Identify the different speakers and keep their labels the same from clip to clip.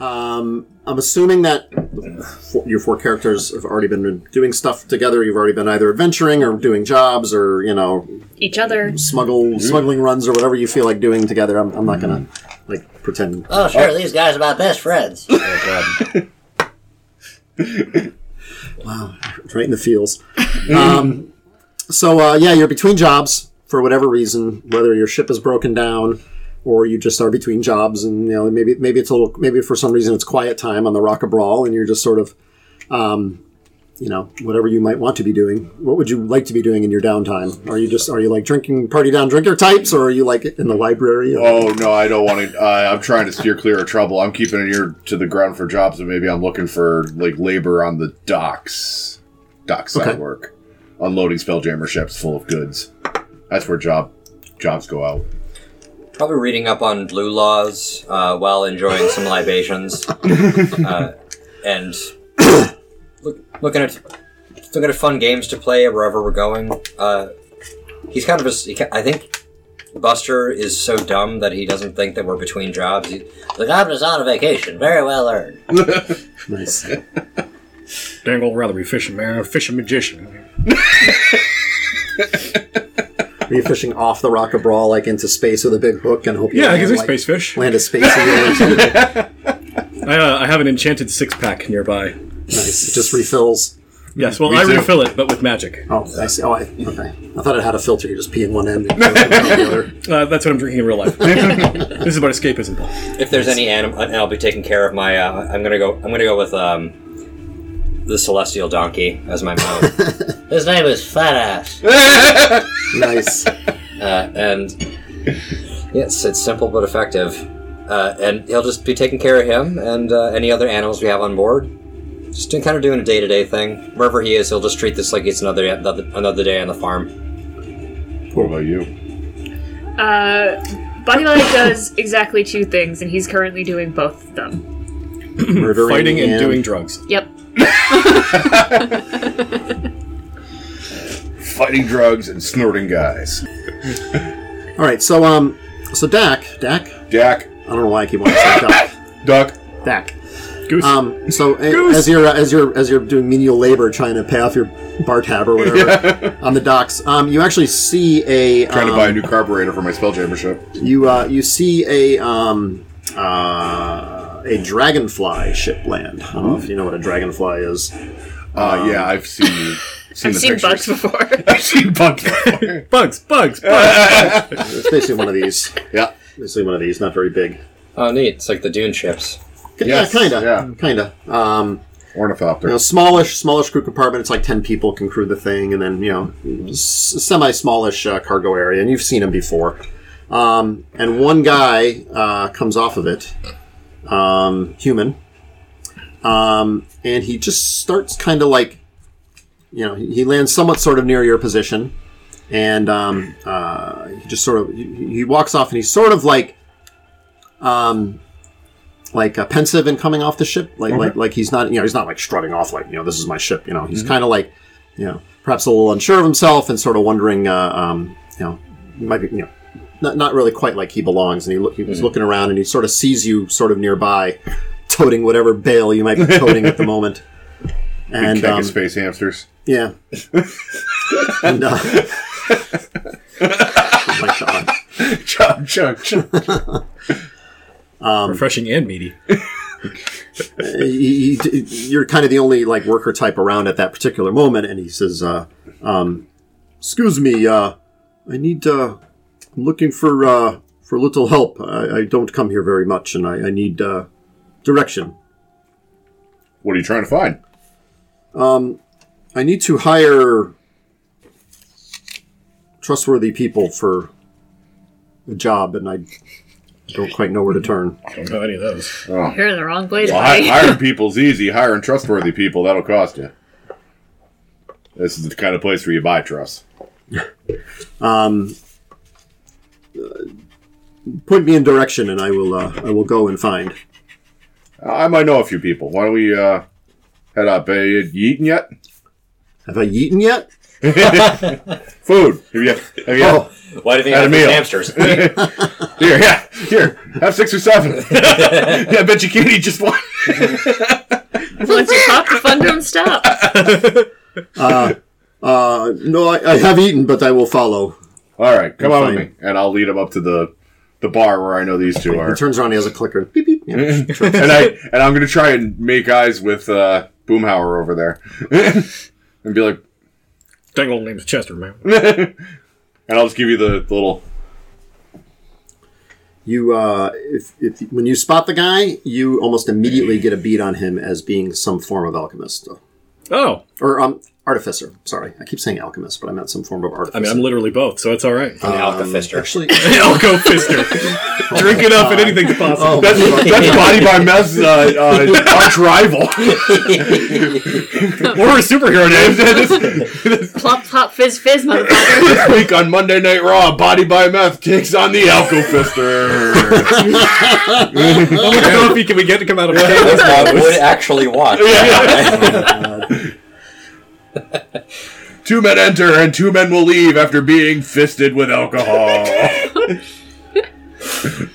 Speaker 1: Um, I'm assuming that the four- your four characters have already been doing stuff together. You've already been either adventuring or doing jobs or you know
Speaker 2: Each other.
Speaker 1: smuggle smuggling runs or whatever you feel like doing together. I'm, I'm not gonna like pretend.
Speaker 3: Oh, sure, these guys are my best friends.
Speaker 1: right in the feels. um, so uh, yeah, you're between jobs for whatever reason, whether your ship is broken down or you just are between jobs, and you know maybe maybe it's a little maybe for some reason it's quiet time on the Rock Brawl, and you're just sort of, um, you know, whatever you might want to be doing. What would you like to be doing in your downtime? Are you just are you like drinking party down drinker types, or are you like in the library? Or,
Speaker 4: Oh no, I don't want to. Uh, I'm trying to steer clear of trouble. I'm keeping an ear to the ground for jobs, and maybe I'm looking for like labor on the docks, dockside
Speaker 1: Okay.
Speaker 4: work, unloading spelljammer ships full of goods. That's where job jobs go out.
Speaker 5: Probably reading up on blue laws uh, while enjoying some libations, uh, and look, looking at looking at fun games to play wherever we're going. Uh, he's kind of a s he ki- I think Buster is so dumb that he doesn't think that we're between jobs. He,
Speaker 3: the job is on a vacation, very well earned.
Speaker 1: nice.
Speaker 6: Dang old rather be fishing man, fishing magician.
Speaker 1: Are you fishing off the Rock Brawl like into space with a big hook and hope you
Speaker 6: Yeah,
Speaker 1: land,
Speaker 6: because it's
Speaker 1: like,
Speaker 6: space fish. I,
Speaker 1: land a space. in your-
Speaker 6: uh, I have an enchanted six pack nearby.
Speaker 1: nice. It just refills.
Speaker 6: Yes, well,
Speaker 4: Me
Speaker 6: I
Speaker 4: too.
Speaker 6: refill it, but with magic.
Speaker 1: Oh, I see. Oh, I, okay. I thought it had a filter. You just pee in one end and goes out the other.
Speaker 6: Uh, that's what I'm drinking in real life. this is about escapism, Paul.
Speaker 5: if there's any animal, and I'll be taking care of my. Uh, I'm gonna go. I'm gonna go with um, the celestial donkey as my mount.
Speaker 3: His name is Fat Ass.
Speaker 1: Nice.
Speaker 5: uh, and yes, it's simple but effective. Uh, and he'll just be taking care of him and uh, any other animals we have on board. Just doing, kind of doing a day to day thing. Wherever he is, he'll just treat this like it's another another, another day on the farm.
Speaker 4: What about you?
Speaker 2: Uh, Bodybody does exactly two things, and he's currently doing both of them.
Speaker 1: Murdering
Speaker 6: Fighting and doing drugs.
Speaker 2: Yep.
Speaker 4: Fighting drugs and snorting guys.
Speaker 1: All right. So um, so Dak, Dak.
Speaker 4: Dak,
Speaker 1: I don't know why I keep wanting to say Dak.
Speaker 4: duck.
Speaker 1: Dak.
Speaker 6: Goose.
Speaker 1: Um, so a- as you're uh, as you're as you're doing menial labor, trying to pay off your bar tab or whatever on the docks, um, you actually see a
Speaker 4: Trying to
Speaker 1: um,
Speaker 4: buy a new carburetor for my spelljammer ship.
Speaker 1: You uh, you see a um, uh, a dragonfly ship land. I don't know if you know what a dragonfly is.
Speaker 4: Uh, yeah, I've seen seen
Speaker 2: I've
Speaker 4: the
Speaker 2: seen
Speaker 4: pictures.
Speaker 2: bugs before.
Speaker 4: I've seen bugs. before.
Speaker 6: bugs, bugs, bugs.
Speaker 1: It's basically one of these.
Speaker 4: yeah.
Speaker 1: Basically one of these, not very big.
Speaker 5: Oh, neat! It's like the dune ships.
Speaker 4: Yes,
Speaker 1: yeah, uh, kinda.
Speaker 4: yeah.
Speaker 1: Kinda. Um,
Speaker 4: Ornithopter.
Speaker 1: you know, smallish, smallish crew compartment. It's like ten people can crew the thing, and then you know, s- semi-smallish uh, cargo area. And you've seen them before. Um, and one guy uh, comes off of it, um, human, um, and he just starts kind of like, you know, he, he lands somewhat sort of near your position, and um, uh, he just sort of he, he walks off, and he's sort of like. Um, like uh, pensive and coming off the ship. Like like like he's not you know he's not like strutting off like you know this is my ship. You know he's kind of like you know perhaps a little unsure of himself and sort of wondering uh, um, you know he might be you know not not really quite like he belongs. And he look, he was looking around and he sort of sees you sort of nearby, toting whatever bale you might be toting at the moment. And
Speaker 4: Keg of
Speaker 1: um,
Speaker 4: space hamsters.
Speaker 1: yeah. and, uh, oh my god.
Speaker 4: Chug, chug, chug.
Speaker 6: Refreshing and meaty.
Speaker 1: he, he- you're kind of the only like worker type around at that particular moment, and he says, uh, um, "Excuse me, uh, I need. Uh, I'm looking for uh, for little help. I, I don't come here very much, and I, I need uh, direction.
Speaker 4: What are you trying to find?
Speaker 1: I need to hire trustworthy people for a job, and I don't quite know where to turn.
Speaker 6: Don't know any of those.
Speaker 2: You're in the wrong place,
Speaker 4: Well, hi-
Speaker 2: buddy.
Speaker 4: hiring people's easy. Hiring trustworthy people that'll cost you. This is the kind of place where you buy trust.
Speaker 1: Point me in direction, and I will. Uh, I will go and find."
Speaker 4: I might know a few people. Why don't we uh, head up? Are you eating yet?
Speaker 1: Have I eaten yet?
Speaker 4: Food. Have you, have you
Speaker 1: Oh,
Speaker 5: Why do you think
Speaker 4: Had
Speaker 5: I
Speaker 4: a
Speaker 5: have these
Speaker 4: meal.
Speaker 5: hamsters?
Speaker 4: Here, yeah, here. Have six or seven. yeah, I bet you can't eat just one.
Speaker 2: Once you pop, the fun don't stop.
Speaker 1: uh, no, I, I have eaten, but I will follow.
Speaker 4: All right, come on with
Speaker 1: Fine.
Speaker 4: me, and I'll lead him up to the the bar where I know these two
Speaker 1: He
Speaker 4: are.
Speaker 1: turns around, he has a clicker. Beep, beep. Yeah.
Speaker 6: Mm-hmm.
Speaker 4: and I and I'm gonna try and make eyes with uh, Boomhauer over there, and be like,
Speaker 6: Dangle name's Chester, man.
Speaker 4: and I'll just give you the, the little.
Speaker 1: You, uh, if, if when you spot the guy, you almost immediately get a beat on him as being some form of alchemist
Speaker 6: Oh,
Speaker 1: or um, artificer. Sorry, I keep saying alchemist, but I meant some form of artificer.
Speaker 6: I mean, I'm literally both, so it's all right.
Speaker 5: An alka-fister.
Speaker 1: actually.
Speaker 6: I'll go Fister. Drink it up, and anything's possible.
Speaker 4: That's, that's Body by Mess uh, uh, arch rival.
Speaker 6: We're a superhero name.
Speaker 2: Plop, plop, fizz, fizz, motherfucker.
Speaker 4: this week on Monday Night Raw, Body by Meth takes on the Alco Fister.
Speaker 6: I don't know if he can we get to come out of my
Speaker 5: I would actually watch. Yeah.
Speaker 4: two men enter and two men will leave after being fisted with alcohol.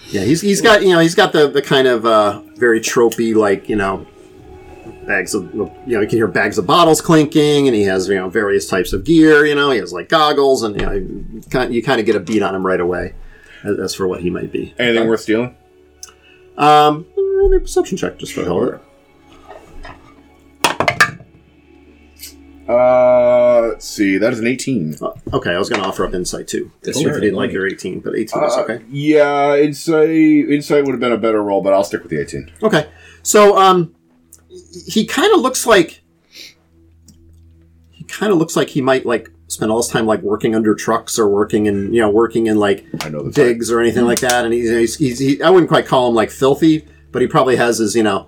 Speaker 1: Yeah, he's, he's got you know he's got the, the kind of uh, very tropey like you know bags of you know you can hear bags of bottles clinking and he has you know various types of gear you know he has like goggles and you know you kind you kind of get a beat on him right away as, as for what he might be.
Speaker 4: Anything worth stealing?
Speaker 1: Um, roll me a perception check just for the hell of it.
Speaker 4: Uh, let's see. That is an 18.
Speaker 1: Uh, Okay, I was going to offer up insight too.
Speaker 5: This
Speaker 1: if
Speaker 5: year
Speaker 1: you didn't
Speaker 5: I
Speaker 1: like
Speaker 5: like.
Speaker 1: your 18, but 18 is
Speaker 4: Uh,
Speaker 1: okay.
Speaker 4: yeah, insight. Insight would have been a better roll, but I'll stick with the 18.
Speaker 1: Okay. So um he kind of looks like he kind of looks like he might like spend all his time like working under trucks or working in you know working in like
Speaker 4: I know the type.
Speaker 1: digs or anything like that and he's, he's, he's he, I wouldn't quite call him like filthy but he probably has his you know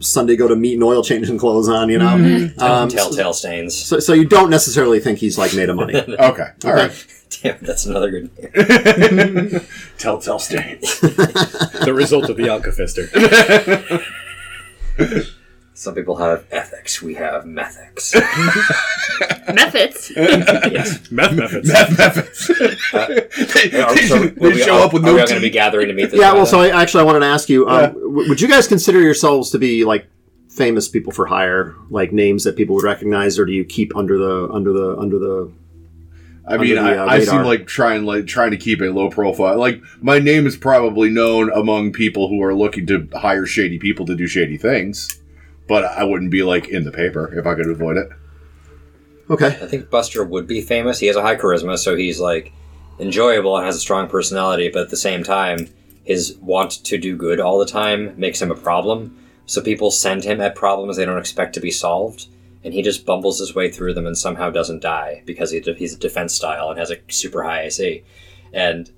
Speaker 1: Sunday go to meet and oil changing clothes on you know
Speaker 4: Mm-hmm.
Speaker 1: um,
Speaker 5: Telltale stains.
Speaker 1: so, so you don't necessarily think he's like made of money
Speaker 4: Okay. All right.
Speaker 5: Damn, that's another good.
Speaker 4: Telltale stains.
Speaker 6: The result of the Alka-Fister.
Speaker 5: Some people have ethics. We have methics.
Speaker 2: Methods.
Speaker 6: Meth methods.
Speaker 4: they
Speaker 5: Are-
Speaker 4: they,
Speaker 5: so
Speaker 4: they
Speaker 5: are we
Speaker 4: show
Speaker 5: all-
Speaker 4: up with
Speaker 5: Are
Speaker 4: no
Speaker 5: we all going to
Speaker 4: teeth.
Speaker 5: be gathering to meet this?
Speaker 1: yeah
Speaker 5: guy
Speaker 1: well
Speaker 5: then?
Speaker 1: so I actually I wanted to ask you um, w- would you guys consider yourselves to be like famous people for hire like names that people would recognize or do you keep under the under the under the
Speaker 4: I mean,
Speaker 1: under the, uh,
Speaker 4: I, I seem
Speaker 1: radar.
Speaker 4: like trying like trying to keep a low profile. Like my name is probably known among people who are looking to hire shady people to do shady things, but I wouldn't be like in the paper if I could avoid it.
Speaker 1: okay
Speaker 5: I think Buster would be famous. He has a high charisma, so he's like enjoyable and has a strong personality, but at the same time, his want to do good all the time makes him a problem. So people send him at problems they don't expect to be solved, and he just bumbles his way through them and somehow doesn't die because he, he's defense style and has a super high AC. And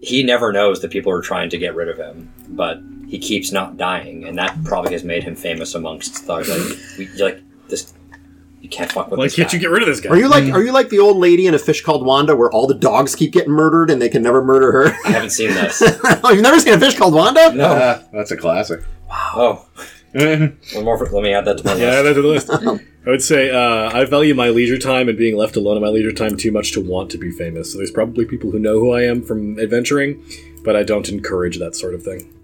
Speaker 5: he never knows that people are trying to get rid of him, but he keeps not dying, and that probably has made him famous amongst thugs. Like, we, like this, you can't fuck with
Speaker 6: Why
Speaker 5: this
Speaker 6: can't
Speaker 5: guy.
Speaker 6: you get rid of this guy?
Speaker 1: are you like are you like the old lady in a fish called wanda where all the dogs keep getting murdered and they can never murder her
Speaker 5: I haven't seen this.
Speaker 1: oh you've never seen a fish called wanda
Speaker 5: No.
Speaker 4: Ah, that's a classic.
Speaker 5: oh,
Speaker 6: Uh,
Speaker 5: one more. For, let me add that to my
Speaker 6: Yeah,
Speaker 5: list.
Speaker 6: that's the list. I would say uh, I value my leisure time and being left alone in my leisure time too much to want to be famous. So there's probably people who know who I am from adventuring, but I don't encourage that sort of thing.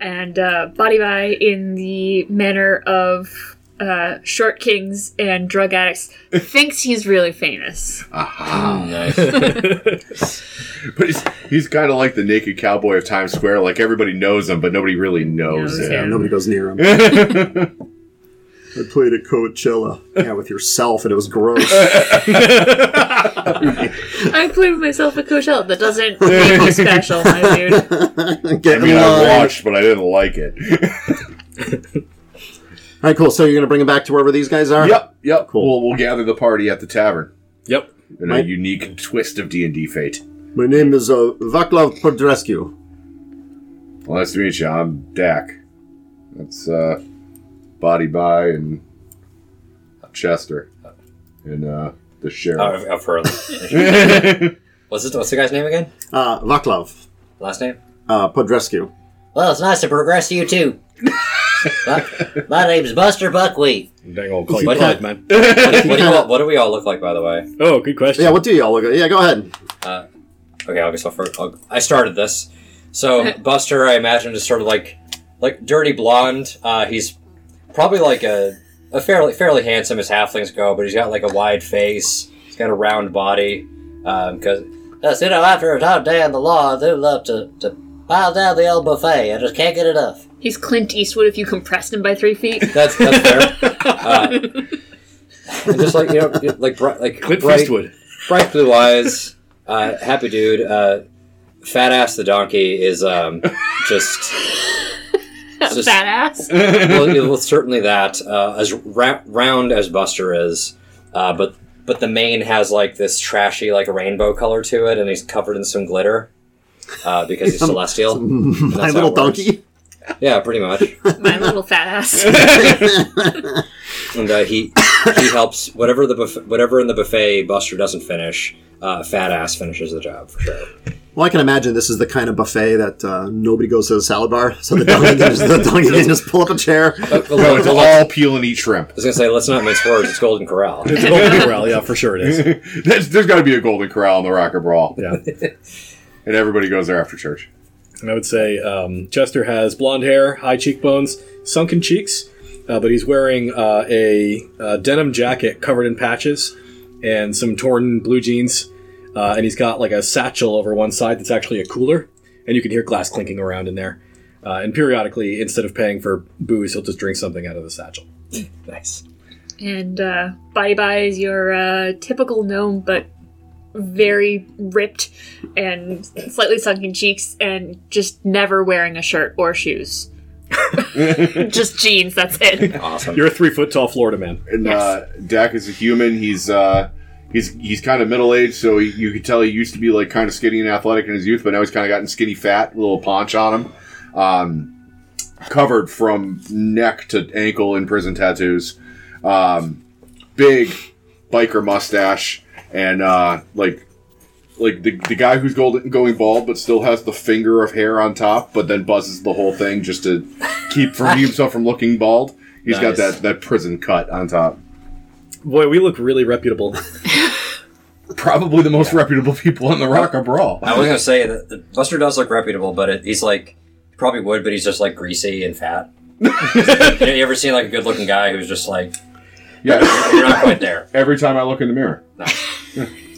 Speaker 2: and uh, body by in the manner of uh, short kings and drug addicts thinks he's really famous.
Speaker 5: Oh, Nice.
Speaker 4: But he's, he's kind of like the naked cowboy of Times Square. Like everybody knows him, but nobody really knows
Speaker 2: Knows
Speaker 4: him.
Speaker 2: him.
Speaker 1: nobody goes near him i played at coachella yeah with yourself and it was gross
Speaker 2: I play with myself at Coachella. That doesn't make me special, my dude.
Speaker 1: Get
Speaker 4: I mean,
Speaker 1: in
Speaker 4: I
Speaker 1: line.
Speaker 4: watched, but I didn't like it.
Speaker 1: all right cool so you're gonna bring him back to wherever these guys are
Speaker 4: yep, yep.
Speaker 1: Cool.
Speaker 4: We'll, we'll gather the party at the tavern
Speaker 6: Yep.
Speaker 4: in
Speaker 1: Right.
Speaker 4: a unique twist of D and D fate.
Speaker 1: my name is uh, vaclav podrescu
Speaker 4: Well, nice to meet you. I'm Dak. That's uh, Body by and Chester and uh, the
Speaker 5: Out
Speaker 4: sheriff.
Speaker 5: of- out Oh, for- what's, it, what's the guy's name again?
Speaker 1: uh, vaclav
Speaker 5: Last name?
Speaker 1: uh, podrescu
Speaker 3: Well, it's nice to progress you too. My name's Buster Buckwheat.
Speaker 6: Dang old call you
Speaker 5: What
Speaker 6: Clyde,
Speaker 5: the-
Speaker 6: man.
Speaker 5: What do, you all, what do we all look like, by the way?
Speaker 6: Oh, good question.
Speaker 1: Yeah, what do y'all look at? Yeah, go ahead.
Speaker 5: Okay, I guess I'll first. I'll, I started this. So Buster, I imagine, is sort of like like dirty blonde. Uh, he's probably like a, a fairly fairly handsome as halflings go, but he's got like a wide face. He's got a round body. Um, Because
Speaker 3: Just, you know, after a hot day in the law, I do love to, to pile down the old buffet. I just can't get enough.
Speaker 2: He's Clint Eastwood if you compressed him by three feet.
Speaker 5: that's that's fair. uh, and just like you know, you- like bright, like
Speaker 6: Clint
Speaker 5: bright,
Speaker 6: Eastwood.
Speaker 5: bright blue eyes, uh, happy dude. Uh, fat ass the donkey is um, just. just-
Speaker 2: Badass.
Speaker 5: well, yeah, well, certainly that uh, as ra- round as Buster is, uh, but but the mane has like this trashy like rainbow color to it, and he's covered in some glitter uh, because he's celestial. and that's
Speaker 1: My
Speaker 5: how
Speaker 1: little
Speaker 5: it works.
Speaker 1: donkey.
Speaker 5: Yeah, pretty much.
Speaker 2: My little fat ass.
Speaker 5: And uh, he he helps whatever the buff- whatever in the buffet Buster doesn't finish. Uh, fat ass finishes the job for sure.
Speaker 1: Well, I can imagine this is the kind of buffet that uh, nobody goes to the salad bar, so the donkey can just, the donkey can just pull up a chair.
Speaker 5: But- but
Speaker 4: No,
Speaker 5: look,
Speaker 4: it's
Speaker 5: I
Speaker 4: all peel and eat shrimp.
Speaker 5: was gonna say, let's not mince words. It's Golden Corral.
Speaker 6: It's a Golden Corral, yeah, for sure it is.
Speaker 4: There's, there's got to be a golden corral in the Rocker Brawl,
Speaker 6: Yeah.
Speaker 4: and everybody goes there after church.
Speaker 6: And I would say um, Chester has blonde hair, high cheekbones, sunken cheeks, uh, but he's wearing uh, a, uh denim jacket covered in patches and some torn blue jeans. Uh, and he's got like a satchel over one side that's actually a cooler, and you can hear glass clinking around in there. Uh, and periodically, instead of paying for booze, he'll just drink something out of the satchel.
Speaker 5: Nice.
Speaker 2: And uh, Bye Bye is your uh, typical gnome, but very ripped and slightly sunken cheeks, and just never wearing a shirt or shoes. just jeans, that's it.
Speaker 5: Awesome.
Speaker 6: You're a three foot tall Florida man.
Speaker 4: And uh, Dak is a human. He's uh, he's he's kind of middle aged, so he, you could tell he used to be like kind of skinny and athletic in his youth, but now he's kind of gotten skinny, fat, with a little paunch on him, um, covered from neck to ankle in prison tattoos, um, big biker mustache, and uh, like. Like the, the guy who's golden, going bald but still has the finger of hair on top, but then buzzes the whole thing just to keep from himself from looking bald. He's
Speaker 5: Nice.
Speaker 4: got that, that prison cut on top.
Speaker 6: Boy, we look really reputable.
Speaker 4: probably the most reputable people in the Rocker Brawl.
Speaker 5: I was gonna say that that Buster does look reputable, but it, he's like probably would, but he's just like greasy and fat. you, know, you ever seen like a good-looking guy who's just like
Speaker 4: Yeah,
Speaker 5: you're not quite there?
Speaker 4: every time I look in the mirror.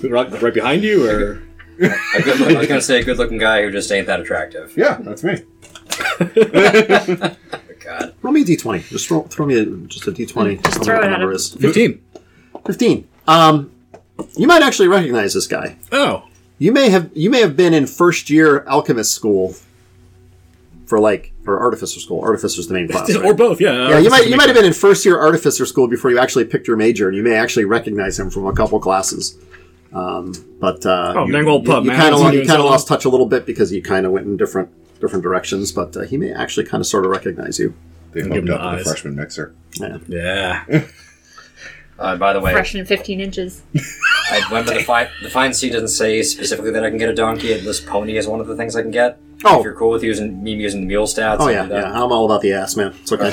Speaker 6: right, right behind you, or
Speaker 5: A good, I was gonna say a good-looking guy who just ain't that attractive.
Speaker 4: Yeah, that's me.
Speaker 5: God,
Speaker 1: Roll me a d20. Just throw, throw me a, just a d20.
Speaker 2: Just
Speaker 1: Tell me
Speaker 2: throw
Speaker 1: what the
Speaker 2: it at
Speaker 1: number
Speaker 2: him.
Speaker 1: is.
Speaker 6: 15.
Speaker 1: 15. Um, you might actually recognize this guy.
Speaker 6: Oh.
Speaker 1: You may have you may have been in first year alchemist school for like or artificer school. Artificer's the main class. right?
Speaker 6: Or both, yeah.
Speaker 1: Yeah, you might you might have been in first year artificer school before you actually picked your major, and you may actually recognize him from a couple classes. Um, but uh,
Speaker 6: Oh,
Speaker 1: you,
Speaker 6: dang old pub,
Speaker 1: you
Speaker 6: man.
Speaker 1: kind of
Speaker 6: That's what
Speaker 1: you
Speaker 6: you
Speaker 1: kind of
Speaker 6: doing
Speaker 1: lost touch a little bit because you kind of went in different different directions. But uh, he may actually kind of sort of recognize you.
Speaker 4: They
Speaker 6: Give him
Speaker 4: hooked
Speaker 6: the
Speaker 4: up with
Speaker 6: eyes.
Speaker 4: the freshman mixer.
Speaker 6: Yeah.
Speaker 5: uh, by the way,
Speaker 2: Freshman 15 inches.
Speaker 5: I went to the fine. The fine C doesn't say specifically that I can get a donkey. and This pony is one of the things I can get. If you're
Speaker 1: Oh,
Speaker 5: cool with using me using the mule stats,
Speaker 1: oh
Speaker 5: I
Speaker 1: yeah,
Speaker 5: can do that.
Speaker 1: yeah. I'm all about the ass, man. It's okay.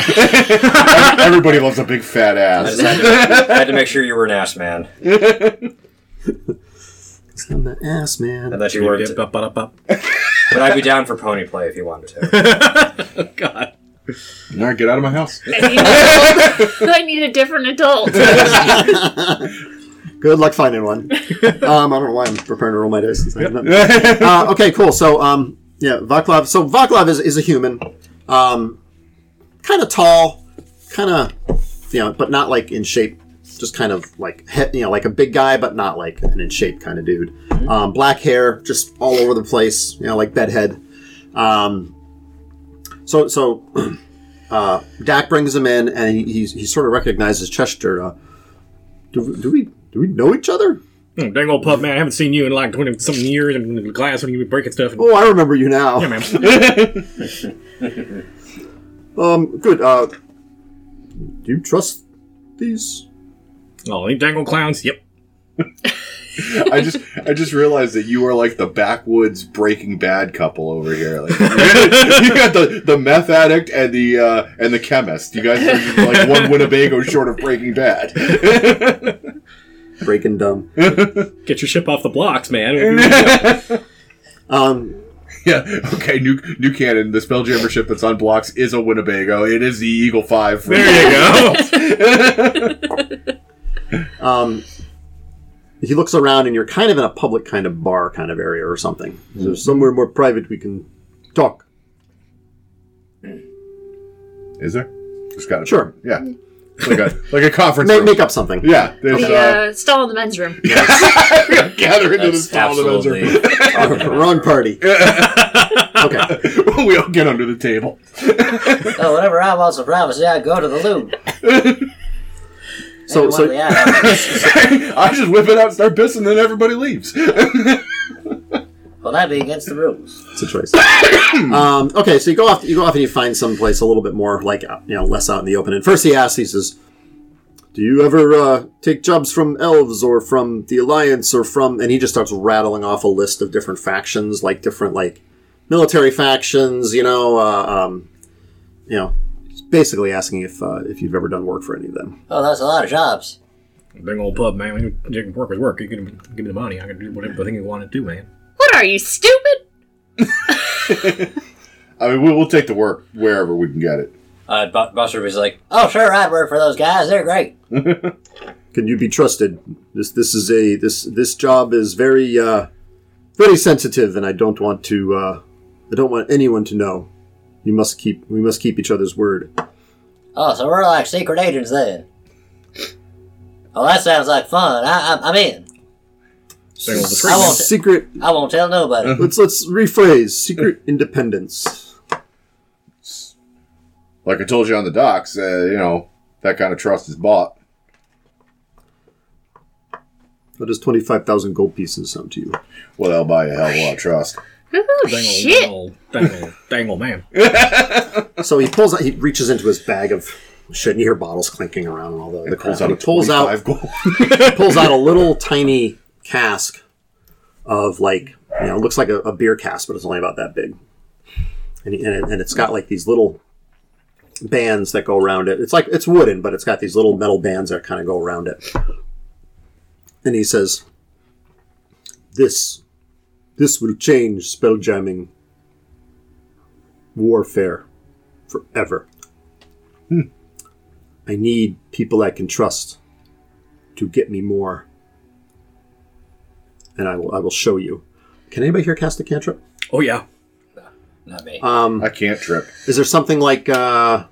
Speaker 4: Everybody loves a big fat
Speaker 5: I
Speaker 4: ass.
Speaker 5: just had to, I had to make sure you were an ass man
Speaker 1: I'm the ass man.
Speaker 5: and that you weren't. But I'd be down for pony play if you wanted to.
Speaker 6: God.
Speaker 4: All right, get out of my house.
Speaker 2: I need, an adult. I need a different adult.
Speaker 1: Good luck finding one. um, I don't know why I'm preparing to roll my dice. uh, okay, cool. So, um, yeah, Vaclav. So Vaclav is, is a human, um, kind of tall, kind of, you know, but not like in shape. Just kind of like he- you know, like a big guy, but not like an in shape kind of dude. Um, black hair, just all over the place. You know, like bedhead. Um, so so, uh, Dak brings him in, and he, he, he sort of recognizes Chester. Uh, do, do we do we know each other?
Speaker 6: Hmm, Dang old pub, man. I haven't seen you in like 20 something years and in the class when you be breaking stuff. And,
Speaker 1: Oh, I remember you now.
Speaker 6: yeah, man.
Speaker 1: Um, good. Uh, do you trust these?
Speaker 6: Oh, ain't dang old clowns. Yep.
Speaker 4: I just I just realized that you are like the backwoods Breaking Bad couple over here. Like you got, the, the meth addict and the uh, and the chemist. You guys are just like one Winnebago short of Breaking Bad.
Speaker 1: Breaking dumb.
Speaker 6: Get your ship off the blocks, man.
Speaker 1: Um,
Speaker 4: yeah. Okay. New new canon. The spelljammer ship that's on blocks is a Winnebago. It is the Eagle Five. from-
Speaker 6: there you go.
Speaker 1: um, he looks around, and you're kind of in a public kind of bar kind of area or something. So somewhere more private we can talk.
Speaker 4: Is there? Just got
Speaker 1: Sure.
Speaker 4: Yeah. Like a like a conference
Speaker 1: Make,
Speaker 4: room.
Speaker 1: make up something.
Speaker 4: yeah. There's
Speaker 2: The
Speaker 4: uh,
Speaker 2: uh, stall in the men's room.
Speaker 4: gather into the
Speaker 5: That's
Speaker 4: small
Speaker 5: absolutely.
Speaker 4: dimension.
Speaker 1: Wrong party. okay.
Speaker 4: we all get under the table.
Speaker 3: So whenever I want some privacy, I go to the loo.
Speaker 1: So, so
Speaker 4: I just whip it out, start pissing, then everybody leaves.
Speaker 3: well, that'd be against the rules.
Speaker 1: It's a choice. um, okay, so you go off. You go off and you find some place a little bit more like uh, you know less out in the open. And first he asks, he says, "Do you ever uh, take jobs from elves or from the alliance or from?" And he just starts rattling off a list of different factions, like different like military factions. You know, uh, um, you know, basically asking if uh, if you've ever done work for any of them.
Speaker 3: Oh, that's a lot of jobs.
Speaker 6: Big old pub, man. You can work with work. You can give me the money. I can do whatever thing you want to do, man.
Speaker 2: What are you, stupid?
Speaker 4: I mean, we- we'll take the work wherever we can get it.
Speaker 5: Uh, Bu- Buster was like,
Speaker 3: Oh, sure, I'd work for those guys. They're great.
Speaker 1: Can you be trusted? This this is a this this job is very uh, very sensitive, and I don't want to uh, I don't want anyone to know. You must keep we must keep each other's word.
Speaker 3: Oh, so we're like secret agents then. Oh, that sounds like fun. I, I, I'm in.
Speaker 6: Big old
Speaker 3: I won't-
Speaker 1: Secret.
Speaker 3: I won't tell nobody.
Speaker 1: Let's let's rephrase. Secret independence.
Speaker 4: Like I told you on the docks, uh, you know, that kind of trust is bought.
Speaker 1: What does twenty five thousand gold pieces sound to you?
Speaker 4: Well, they'll buy you a hell of a lot of trust.
Speaker 2: Oh,
Speaker 6: dangle,
Speaker 2: shit.
Speaker 6: dangle, dangle, dangle, man.
Speaker 1: So he pulls out. He reaches into his bag of shit, and you hear bottles clinking around and all the. other
Speaker 4: It pulls
Speaker 1: crap.
Speaker 4: out a
Speaker 1: He pulls out
Speaker 4: 25 gold.
Speaker 1: pulls out a little tiny cask of like you know it looks like a, a beer cask but it's only about that big and, he- and, it, and it's got like these little bands that go around it it's like it's wooden but it's got these little metal bands that kind of go around it and he says this this will change spelljamming warfare forever Hmm. i need people i can trust to get me more. And I will I will show you. Can anybody here cast a cantrip?
Speaker 6: Oh yeah.
Speaker 5: not me.
Speaker 1: Um,
Speaker 4: I can't trip.
Speaker 1: is there something like uh,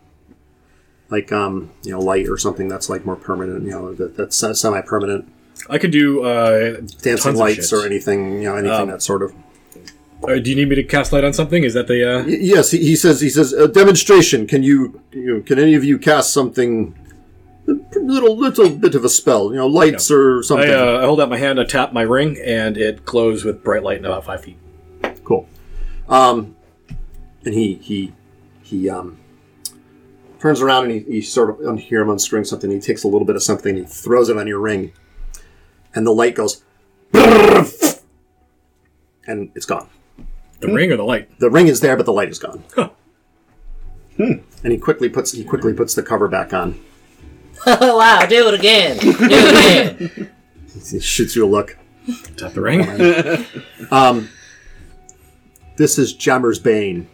Speaker 1: like um, you know light or something that's like more permanent? You know that, that's semi permanent
Speaker 6: I could do. Uh,
Speaker 1: dancing
Speaker 6: Tons of
Speaker 1: lights
Speaker 6: shit.
Speaker 1: or anything. You know anything
Speaker 6: Um,
Speaker 1: that sort of.
Speaker 6: uh, do you need me to cast light on something? Is that the? Uh...
Speaker 1: Y- yes, he, he says he says a demonstration. Can you, you know, can any of you cast something? A little little bit of a spell, you know, lights or something.
Speaker 6: I, uh, I hold out my hand. I tap my ring, and it glows with bright light in about five feet.
Speaker 1: Cool. Um, and he he he um, turns around and he, he sort of un- hear him unstring something. He takes a little bit of something and he throws it on your ring, and the light goes, and it's gone. Hmm.
Speaker 6: The ring or the light?
Speaker 1: The ring is there, but the light is gone.
Speaker 6: Huh.
Speaker 1: And he quickly puts he quickly puts the cover back on.
Speaker 3: wow, do it again. Do it again.
Speaker 1: He shoots you a look.
Speaker 6: Tap the ring.
Speaker 1: Um, this is Jammer's Bane.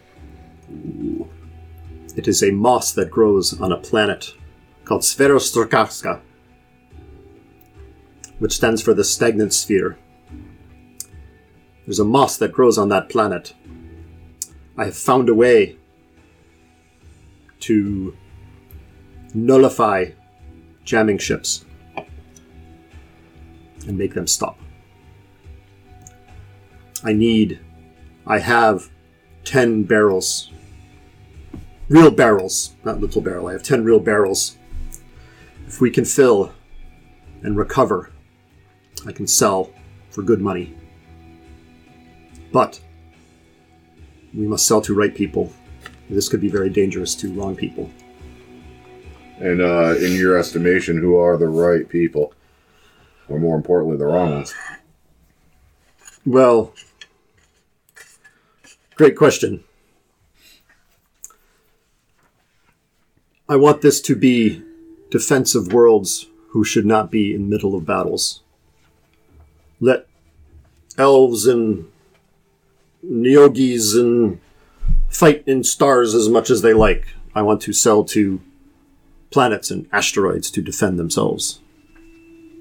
Speaker 1: It is a moss that grows on a planet called Sferostrakaska, which stands for the stagnant sphere. There's a moss that grows on that planet. I have found a way to nullify jamming ships and make them stop. I need. I have 10 barrels. Real barrels, not little barrel. I have 10 real barrels. If we can fill and recover, I can sell for good money. But we must sell to right people. This could be very dangerous to wrong people.
Speaker 4: And uh, in your estimation, who are the right people? Or more importantly, the wrong ones.
Speaker 1: Well, great question. I want this to be defense of worlds who should not be in middle of battles. Let elves and neogis and fight in stars as much as they like. I want to sell to planets and asteroids to defend themselves.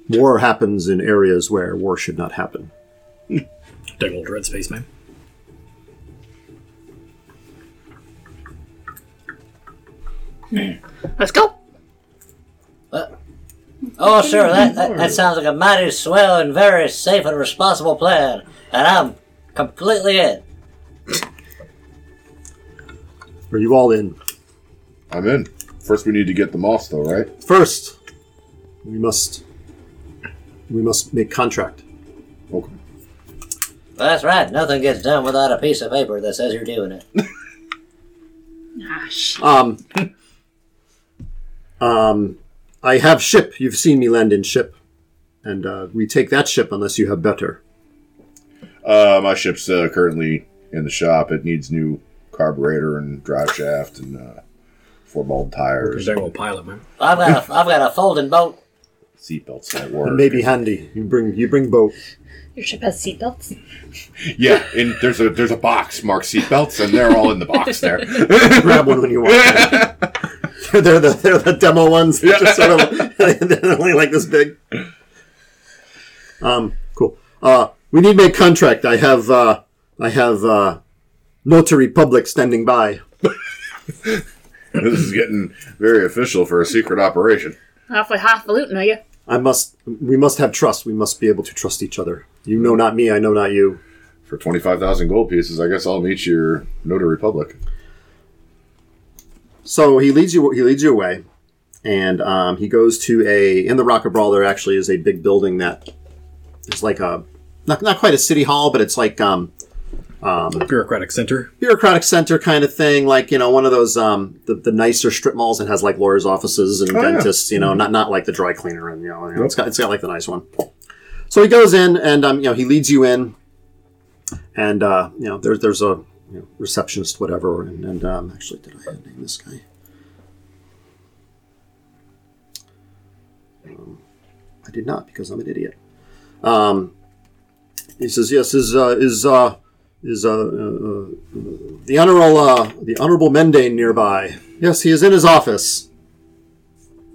Speaker 1: War happens in areas where war should not happen.
Speaker 6: Big old red spaceman.
Speaker 2: Let's go.
Speaker 3: Oh, sure, that, that, that sounds like a mighty swell and very safe and responsible plan, and I'm completely in.
Speaker 1: Are you all in?
Speaker 4: I'm in. First, we need to get the moss, though, right?
Speaker 1: First, we must we must make contract.
Speaker 4: Okay.
Speaker 3: That's right, nothing gets done without a piece of paper that says you're doing it.
Speaker 2: Ah, shit.
Speaker 1: Um, um, I have ship. You've seen me land in ship, and uh, we take that ship unless you have better.
Speaker 4: Uh, my ship's uh, currently in the shop. It needs new carburetor and drive shaft and uh, four bald tires,
Speaker 6: Big old pilot man.
Speaker 3: I've got a, I've got a folding boat.
Speaker 4: seatbelts that
Speaker 1: It
Speaker 4: work.
Speaker 1: may be handy. You bring you bring boat.
Speaker 2: Your ship has seatbelts.
Speaker 4: Yeah, and there's a there's a box marked seatbelts, and they're all in the box there.
Speaker 1: Grab one when you want. they're the they're the demo ones. They're just sort of they're only like this big. Um, cool. Uh, we need make contract. I have uh, I have uh, notary public standing by.
Speaker 4: this is getting very official for a secret operation.
Speaker 2: Halfway highfalutin, are you?
Speaker 1: I must. We must have trust. We must be able to trust each other. You know not me. I know not you.
Speaker 4: For twenty five thousand gold pieces, I guess I'll meet your notary public.
Speaker 1: So he leads you. He leads you away, and um, he goes to a. In the Rocket Brawl, there actually is a big building that is like a not not quite a city hall, but it's like um,
Speaker 6: Bureaucratic center.
Speaker 1: bureaucratic center kind of thing. Like you know, one of those um, the, the nicer strip malls that has like lawyers' offices and
Speaker 4: Oh, yeah.
Speaker 1: dentists. You know, not not like the dry cleaner and you know, you know, it's got it's got like the nice one. So he goes in and um, you know he leads you in, and uh, you know there's there's a you know, receptionist whatever and, and um, actually did I name this guy? Um, I did not because I'm an idiot. Um, he says yes is uh, is uh, is uh, uh, uh, the honorable uh, the honorable Mendane nearby. Yes, he is in his office.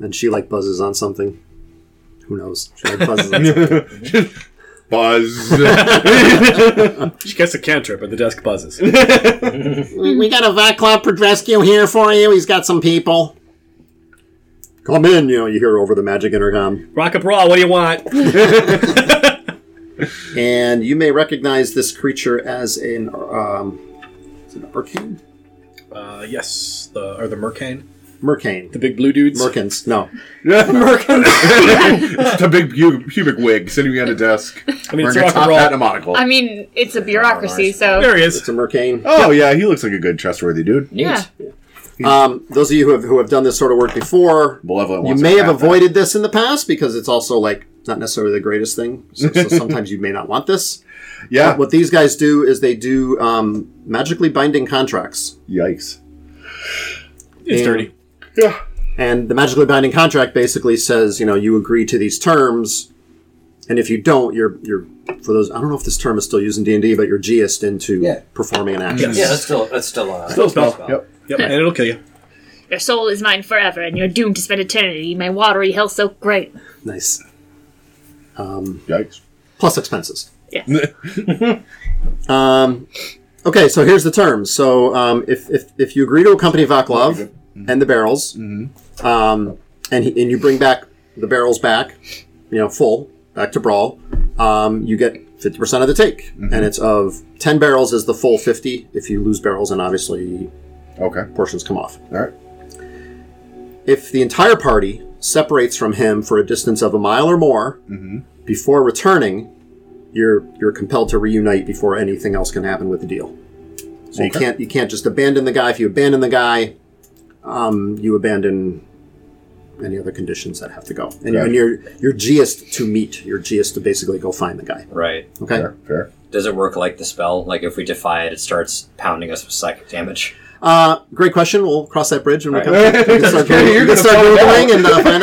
Speaker 1: And she like buzzes on something. Who knows? She like buzzes on something.
Speaker 4: Buzz.
Speaker 6: She gets a cantrip and the desk buzzes.
Speaker 1: We we got a Vaclav Podrescu here for you. He's got some people. Come in, you know, you hear over the magic intercom.
Speaker 6: Rocket Brawl, what do you want?
Speaker 1: And you may recognize this creature as an, um, is it an arcane?
Speaker 6: Uh, yes, the or the Mercane.
Speaker 1: Mercane.
Speaker 6: The big blue dudes.
Speaker 1: Merkins, no.
Speaker 4: it's a big pu- pubic wig sitting behind a desk.
Speaker 6: I mean,
Speaker 4: We're gonna
Speaker 6: it's rock
Speaker 4: top
Speaker 6: and roll.
Speaker 4: that in a monocle.
Speaker 2: I mean, it's a bureaucracy, so
Speaker 6: There he
Speaker 1: It's
Speaker 6: is.
Speaker 1: a Mercane.
Speaker 4: oh yeah, he looks like a good trustworthy dude.
Speaker 5: Neat.
Speaker 2: Yeah.
Speaker 1: Um, those of you who have, who have done this sort of work before,
Speaker 4: Malevolent.
Speaker 1: you
Speaker 4: wants
Speaker 1: may
Speaker 4: to
Speaker 1: have
Speaker 4: that.
Speaker 1: avoided this in the past because it's also like not necessarily the greatest thing. So, so sometimes you may not want this.
Speaker 4: Yeah.
Speaker 1: What these guys do is they do um, magically binding contracts.
Speaker 4: Yikes.
Speaker 6: It's
Speaker 1: Yeah.
Speaker 6: dirty.
Speaker 4: Yeah.
Speaker 1: And the magically binding contract basically says, you know, you agree to these terms, and if you don't, you're you're for those. I don't know if this term is still used in D and D, but you're GS'd into
Speaker 5: Yeah.
Speaker 1: performing an action.
Speaker 6: Yes.
Speaker 5: Yeah, that's still that's still uh,
Speaker 6: Still a spell.
Speaker 4: Yep.
Speaker 6: Yep, and it'll kill you.
Speaker 2: your soul is mine forever, and you're doomed to spend eternity in my watery hell soaked grave.
Speaker 1: Nice.
Speaker 4: Yikes.
Speaker 1: Plus expenses.
Speaker 2: Yes.
Speaker 1: Um, okay, so here's the terms. So um, if, if if you agree to accompany Vaklov and the barrels, um, and he, and you bring back the barrels back, you know, full back to Brawl, um, you get fifty percent of the take, and it's of ten barrels is the full fifty. If you lose barrels, and obviously
Speaker 4: Okay.
Speaker 1: portions come off.
Speaker 4: All right.
Speaker 1: If the entire party separates from him for a distance of a mile or more
Speaker 4: Mm-hmm.
Speaker 1: before returning, you're you're compelled to reunite before anything else can happen with the deal. So you
Speaker 4: Okay.
Speaker 1: can't you can't just abandon the guy. If you abandon the guy, um, you abandon any other conditions that have to go. And,
Speaker 4: Got it.
Speaker 1: and you're you're GS to meet. You're GS to basically go find the guy.
Speaker 5: right.
Speaker 1: Okay.
Speaker 4: Fair. Fair.
Speaker 5: Does it work like the spell? Like if we defy it, it starts pounding us with psychic damage.
Speaker 1: Uh, great question. We'll cross that bridge when we
Speaker 5: All
Speaker 1: come.
Speaker 4: right.
Speaker 1: back. We can start,
Speaker 4: Okay, you're
Speaker 1: we can
Speaker 4: gonna
Speaker 1: start
Speaker 4: find out.
Speaker 1: Googling and uh, find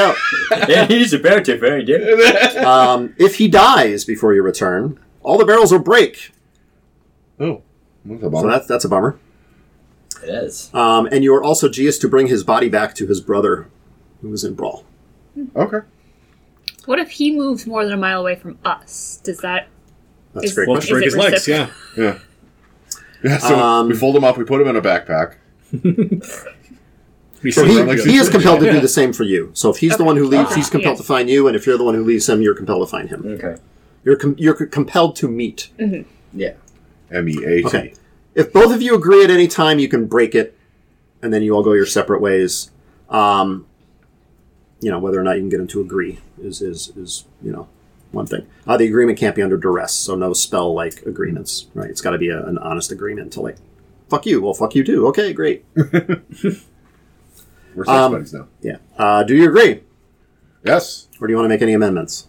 Speaker 1: out.
Speaker 5: yeah, he's about to very do.
Speaker 1: Um, if he dies before you return, all the barrels will break.
Speaker 4: Oh, that's a
Speaker 1: So
Speaker 4: bummer.
Speaker 1: that's that's a bummer.
Speaker 5: It is.
Speaker 1: Um, and you are also Geas to bring his body back to his brother, who was in brawl.
Speaker 4: okay.
Speaker 2: What if he moves more than a mile away from us? Does that
Speaker 1: That's
Speaker 2: Is-
Speaker 1: a great
Speaker 6: We'll
Speaker 1: question.
Speaker 6: just
Speaker 2: Is
Speaker 6: break
Speaker 2: it
Speaker 6: his legs, yeah.
Speaker 2: reciprocal?
Speaker 4: Yeah. Yeah. So
Speaker 1: Um,
Speaker 4: we fold him up. We put him in a backpack.
Speaker 6: We
Speaker 1: So
Speaker 6: see-
Speaker 1: he,
Speaker 4: Like-
Speaker 1: he is compelled to do the same for you. So if he's the one who leaves,
Speaker 2: Okay.
Speaker 1: he's compelled
Speaker 2: Yeah.
Speaker 1: to find you, and if you're the one who leaves him, you're compelled to find him.
Speaker 5: Okay.
Speaker 1: You're com- you're c- compelled to meet.
Speaker 5: Yeah.
Speaker 4: M E A
Speaker 1: Okay.
Speaker 4: T.
Speaker 1: If both of you agree at any time, you can break it, and then you all go your separate ways. Um, you know whether or not you can get them to agree is is is you know one thing. Uh, the agreement can't be under duress, so no spell like agreements. Right? It's got to be a, an honest agreement to like, fuck you. Well, fuck you too. Okay, great.
Speaker 4: We're sex
Speaker 1: Um,
Speaker 4: buddies now.
Speaker 1: Yeah. Uh, do you agree,
Speaker 4: Yes.
Speaker 1: or do you want to make any amendments?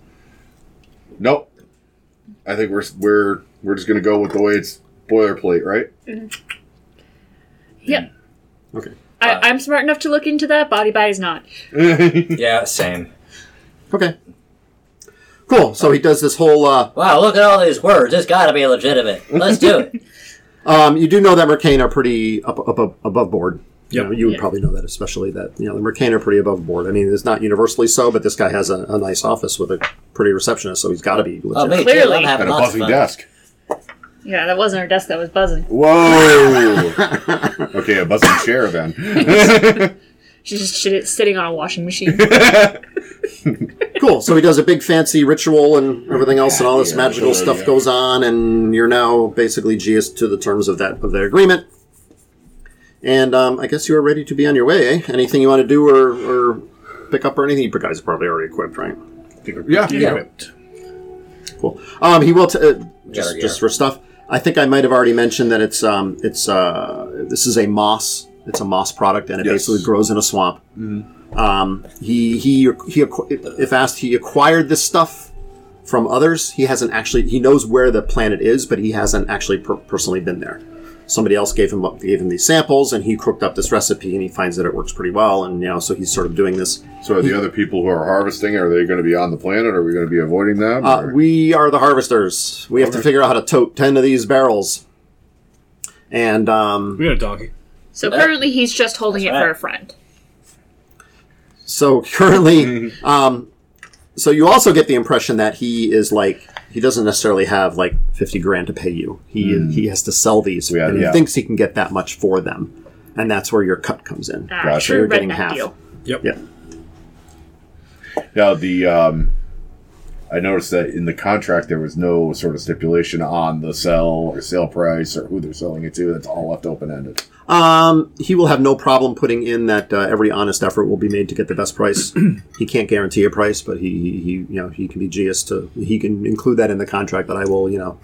Speaker 4: Nope. I think we're we're we're just gonna go with the way it's boilerplate, right?
Speaker 2: Yep.
Speaker 1: Okay.
Speaker 2: I, I'm smart enough to look into that. Body by is not.
Speaker 5: Yeah. Same.
Speaker 1: Okay. Cool. So he does this whole. Uh,
Speaker 3: Wow, look at all these words. It's gotta be legitimate. Let's do it.
Speaker 1: Um, you do know that Mercane are pretty up, up, up above board. You,
Speaker 6: Yep.
Speaker 1: know, you would
Speaker 2: Yeah.
Speaker 1: probably know that, especially that you know the Mercane are pretty above board. I mean, it's not universally so, but this guy has a, a nice office with a pretty receptionist, so he's got to be
Speaker 3: Oh, me
Speaker 1: legit.
Speaker 3: too. I'm
Speaker 2: Clearly.
Speaker 3: having
Speaker 4: And a
Speaker 3: lots
Speaker 4: buzzing
Speaker 3: of fun.
Speaker 4: desk.
Speaker 2: Yeah, that wasn't our desk that was buzzing.
Speaker 4: Whoa. okay, a buzzing chair then.
Speaker 2: She's just shit, sitting on a washing machine.
Speaker 1: cool. So he does a big fancy ritual and everything else, and all this
Speaker 4: Yeah,
Speaker 1: magical
Speaker 4: yeah.
Speaker 1: stuff goes on, and you're now basically GS to the terms of that of their agreement. And um, I guess you are ready to be on your way. Eh? Anything you want to do or, or pick up or anything? You guys are probably already equipped, right?
Speaker 4: yeah.
Speaker 5: Yeah.
Speaker 1: Cool. Um, he will t- uh,
Speaker 5: Gotta
Speaker 1: just
Speaker 5: get
Speaker 1: just
Speaker 5: her.
Speaker 1: for stuff. I think I might have already mentioned that it's um it's uh this is a moss. It's a moss product, and it
Speaker 4: Yes.
Speaker 1: basically grows in a swamp. Um, he he he. acqu- If asked, he acquired this stuff from others. He hasn't actually. He knows where the planet is, but he hasn't actually per- personally been there. Somebody else gave him gave him these samples, and he cooked up this recipe, and he finds that it works pretty well. And you know, so he's sort of doing this.
Speaker 4: So are the other people who are harvesting, are they going to be on the planet? Are we going to be avoiding them?
Speaker 1: Uh,
Speaker 4: or-
Speaker 1: we are the harvesters. We have to figure out how to tote 10 of these barrels. And um,
Speaker 6: We got a donkey.
Speaker 2: So currently he's just holding it for a friend.
Speaker 1: so currently, um, so you also get the impression that he is like, he doesn't necessarily have like 50 grand to pay you. He, he has to sell these,
Speaker 4: Hmm. Yeah,
Speaker 1: and he
Speaker 4: yeah.
Speaker 1: thinks he can get that much for them. And that's where your cut comes in.
Speaker 2: Ah,
Speaker 4: Gotcha.
Speaker 2: true
Speaker 1: You're getting
Speaker 2: redneck
Speaker 1: half.
Speaker 2: deal.
Speaker 6: Yep.
Speaker 1: Yeah.
Speaker 4: Now the um, I noticed that in the contract there was no sort of stipulation on the sell or sale price or who they're selling it to. That's all left open ended.
Speaker 1: Um, he will have no problem putting in that uh, every honest effort will be made to get the best price. he can't guarantee a price, but he, he, he, you know, he can be GS to. He can include that in the contract that I will, you know.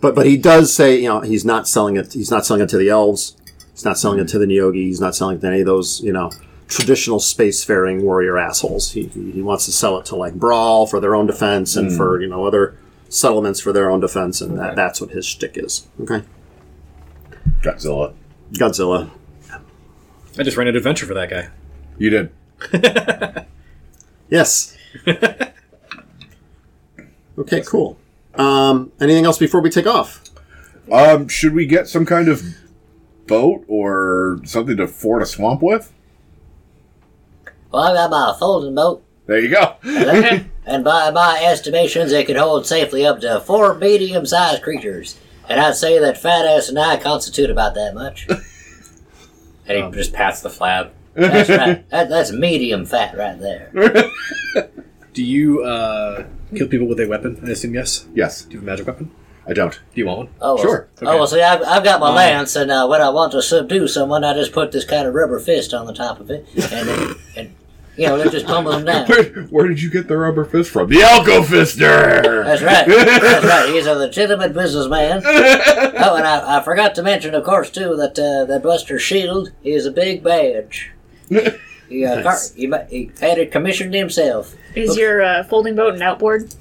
Speaker 1: But but he does say, you know, he's not selling it. He's not selling it to the elves. He's not selling it to the Nyogi. He's not selling it to any of those, you know, traditional spacefaring warrior assholes. He, he he wants to sell it to like Brawl for their own defense and for you know other settlements for their own defense, and that, that's what his shtick is. Okay,
Speaker 4: Godzilla,
Speaker 1: Godzilla.
Speaker 6: I just ran an adventure for that guy.
Speaker 4: you did.
Speaker 1: Yes. okay, cool. Um, anything else before we take off?
Speaker 4: Um, should we get some kind of boat or something to ford a swamp with?
Speaker 3: Well, I got my folding boat,
Speaker 4: There you go.
Speaker 3: and by my estimations, it could hold safely up to four medium sized creatures. And I'd say that Fat Ass and I constitute about that much.
Speaker 5: And he
Speaker 1: um,
Speaker 5: just pats the flab.
Speaker 3: That's right. That, that's medium fat right there.
Speaker 6: Do you uh, kill people with a weapon? I assume yes.
Speaker 4: yes,
Speaker 6: Do you have a magic weapon?
Speaker 4: I don't.
Speaker 6: Do you want one?
Speaker 3: Oh, well,
Speaker 4: Sure.
Speaker 3: Oh, well, see, I've, I've got my
Speaker 6: Um,
Speaker 3: lance, and uh, when I want to subdue someone, I just put this kind of rubber fist on the top of it, and, then- and you know, it just pummels them down.
Speaker 4: Where, where did you get the rubber fist from? The Elko Fister.
Speaker 3: That's right. That's right. He's a legitimate businessman. Oh, and I, I forgot to mention, of course, too, that uh, that Buster Shield is a big badge. He, uh, car- he, ma- he had it commissioned himself.
Speaker 2: Is your uh, folding boat an outboard?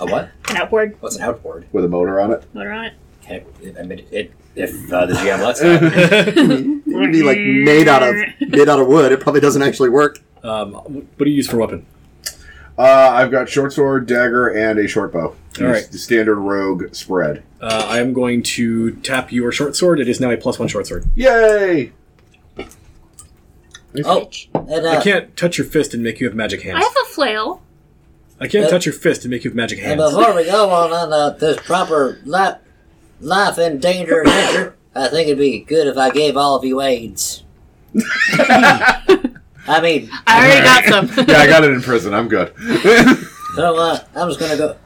Speaker 5: A what?
Speaker 2: An outboard.
Speaker 5: What's an outboard?
Speaker 4: with a motor on it.
Speaker 2: Motor on it.
Speaker 5: Can it, I mean, it, if uh, the GM lets that.
Speaker 1: It would be like made out of made out of wood. It probably doesn't actually work.
Speaker 6: Um, what do you use for weapon?
Speaker 4: Uh, I've got short sword, dagger, and a short bow.
Speaker 6: All right.
Speaker 4: The standard rogue spread.
Speaker 6: Uh, I am going to tap your short sword. It is now a plus one short sword.
Speaker 4: Yay!
Speaker 5: oh, and, uh,
Speaker 6: I can't touch your fist and make you have magic
Speaker 2: I
Speaker 6: hands.
Speaker 2: have a flail.
Speaker 6: I can't
Speaker 5: Uh,
Speaker 6: touch your fist and make you have magic
Speaker 3: And
Speaker 6: hands.
Speaker 3: before we go on on uh, this proper life, life in danger adventure, I think it'd be good if I gave all of you AIDS. I mean,
Speaker 2: I already got some.
Speaker 4: yeah, I got it in prison. I'm good.
Speaker 3: so uh, I'm just gonna go.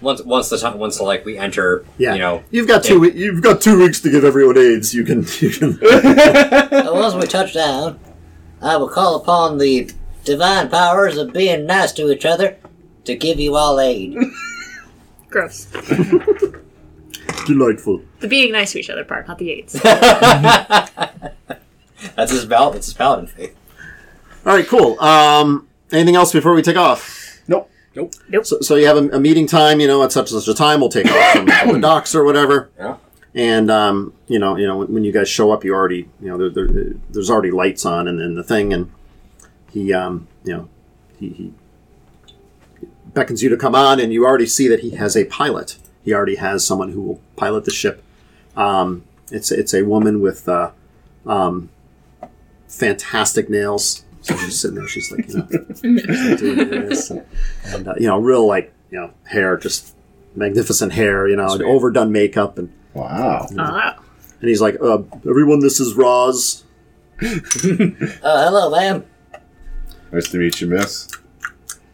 Speaker 5: once once the time once like we enter,
Speaker 1: Yeah,
Speaker 5: you know,
Speaker 1: have got two. we- You've got two weeks to give everyone AIDS. You can. You can
Speaker 3: uh, Once we touch down, I will call upon the divine powers of being nice to each other to give you all aid.
Speaker 2: Gross.
Speaker 1: delightful.
Speaker 2: The being nice to each other part, not the AIDS.
Speaker 5: that's his val. That's his paladin faith.
Speaker 1: All right, cool. Um, anything else before we take off?
Speaker 4: nope.
Speaker 6: nope.
Speaker 1: So, so you have a, a meeting time. You know, at such and such a time, we'll take off from the docks or whatever.
Speaker 5: Yeah.
Speaker 1: And um, you know, you know, when, when you guys show up, you already, you know, there, there, there's already lights on and, and the thing, and he, um, you know, he, he beckons you to come on, and you already see that he has a pilot. He already has someone who will pilot the ship. Um, it's it's a woman with uh, um, fantastic nails. So she's sitting there. She's like, you know, she's doing this, and, and, uh, you know, real like, you know, hair, just magnificent hair. You know, and overdone makeup, and
Speaker 4: Wow.
Speaker 2: Uh,
Speaker 1: and he's like, uh, everyone, this is Roz.
Speaker 3: Oh, hello, ma'am.
Speaker 4: Nice to meet you, miss.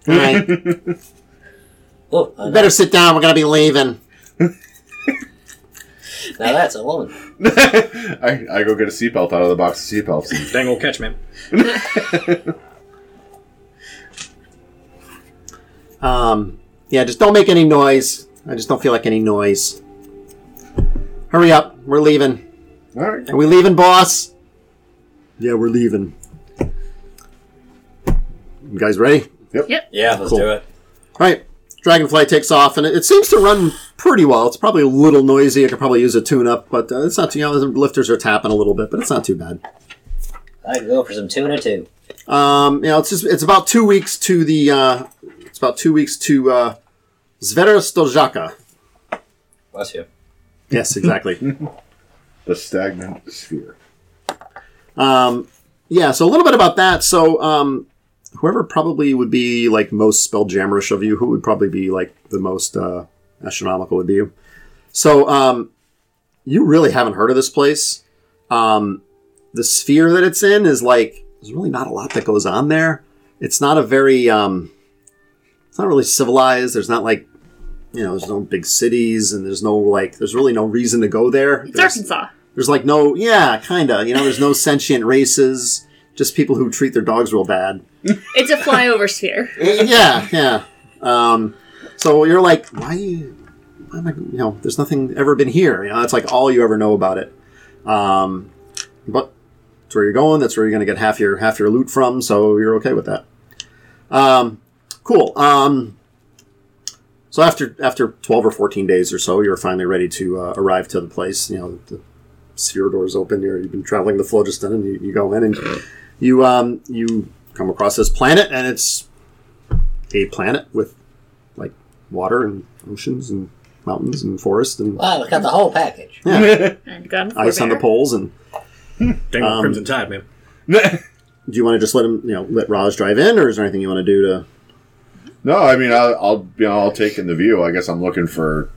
Speaker 1: Right.
Speaker 3: Oh, uh,
Speaker 1: Better sit down. We're gonna be leaving.
Speaker 3: now that's a woman.
Speaker 4: I, I go get a seatbelt out of the box of seatbelts. and-
Speaker 6: Dang old catch, man.
Speaker 1: Um, yeah, just don't make any noise. I just don't feel like any noise. Hurry up. We're leaving.
Speaker 4: All right.
Speaker 1: Are we leaving, boss? Yeah, we're leaving. You guys ready?
Speaker 5: Yeah, let's
Speaker 1: Cool.
Speaker 5: do it.
Speaker 1: All right. Dragonfly takes off, and it, it seems to run pretty well. It's probably a little noisy. It could probably use a tune-up, but uh, it's not too, you know, the lifters are tapping a little bit, but it's not too bad.
Speaker 3: I can go for some tuna too.
Speaker 1: Um, you know, it's just, it's about two weeks to the, uh, it's about two weeks to, uh, Zvera Stoljaka.
Speaker 5: Bless you.
Speaker 1: Yes, exactly.
Speaker 4: The stagnant sphere.
Speaker 1: Um, yeah, so a little bit about that. So, um, whoever probably would be like most spelljammerish of you, who would probably be like the most uh, astronomical would be you. So, um, you really haven't heard of this place. Um, the sphere that it's in is like there's really not a lot that goes on there. It's not a very, um, it's not really civilized. There's not like, you know, there's no big cities, and there's no like, there's really no reason to go there.
Speaker 2: it's
Speaker 1: There's-
Speaker 2: Arkansas.
Speaker 1: there's like no, yeah, kind of. You know, there's no sentient races, just people who treat their dogs real bad.
Speaker 2: It's a flyover sphere.
Speaker 1: yeah, yeah. Um, so you're like, why, why am I, you know, there's nothing ever been here. You know, that's like all you ever know about it. Um, but that's where you're going. That's where you're going to get half your half your loot from. So you're okay with that. Um, cool. Um, so after after twelve or fourteen days or so, you're finally ready to uh, arrive to the place. You know, the sphere doors open. You're, you've been traveling the phlogiston, and you, you go in, and you um, you come across this planet, and it's a planet with like water and oceans and mountains and forests and
Speaker 3: Wow, it's got the whole package.
Speaker 2: And gone for
Speaker 1: ice on the
Speaker 2: bear.
Speaker 1: poles and
Speaker 6: Dang old crimson tide, man.
Speaker 1: do you want to just let him, you know, let Raj drive in, or is there anything you want to do to?
Speaker 4: No, I mean, I'll, I'll you know, I'll take in the view. I guess I'm looking for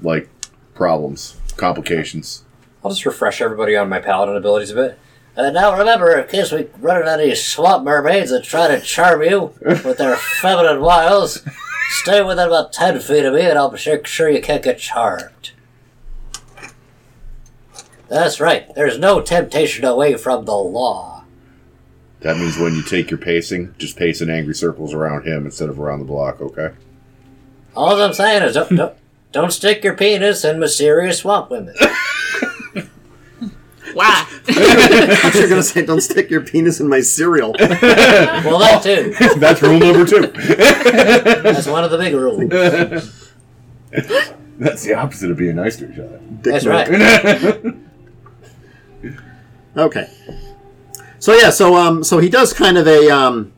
Speaker 4: like problems, complications.
Speaker 5: I'll just refresh everybody on my paladin abilities a bit.
Speaker 3: Uh, now remember, in case we run into any swamp mermaids that try to charm you with their feminine wiles, stay within about ten feet of me, and I'll be sure, sure you can't get charmed. That's right. There's no temptation away from the law.
Speaker 4: That means when you take your pacing, just pace in angry circles around him instead of around the block. Okay.
Speaker 3: All I'm saying is don't, don't, don't stick your penis in mysterious swamp women.
Speaker 2: Wow.
Speaker 1: You're gonna say, "Don't stick your penis in my cereal."
Speaker 3: Well, that too.
Speaker 4: That's rule number two.
Speaker 3: That's one of the big rules.
Speaker 4: That's the opposite of being nice to each other.
Speaker 1: Dick
Speaker 3: That's
Speaker 1: move.
Speaker 3: right.
Speaker 1: Okay. So yeah, so um, so he does kind of a um,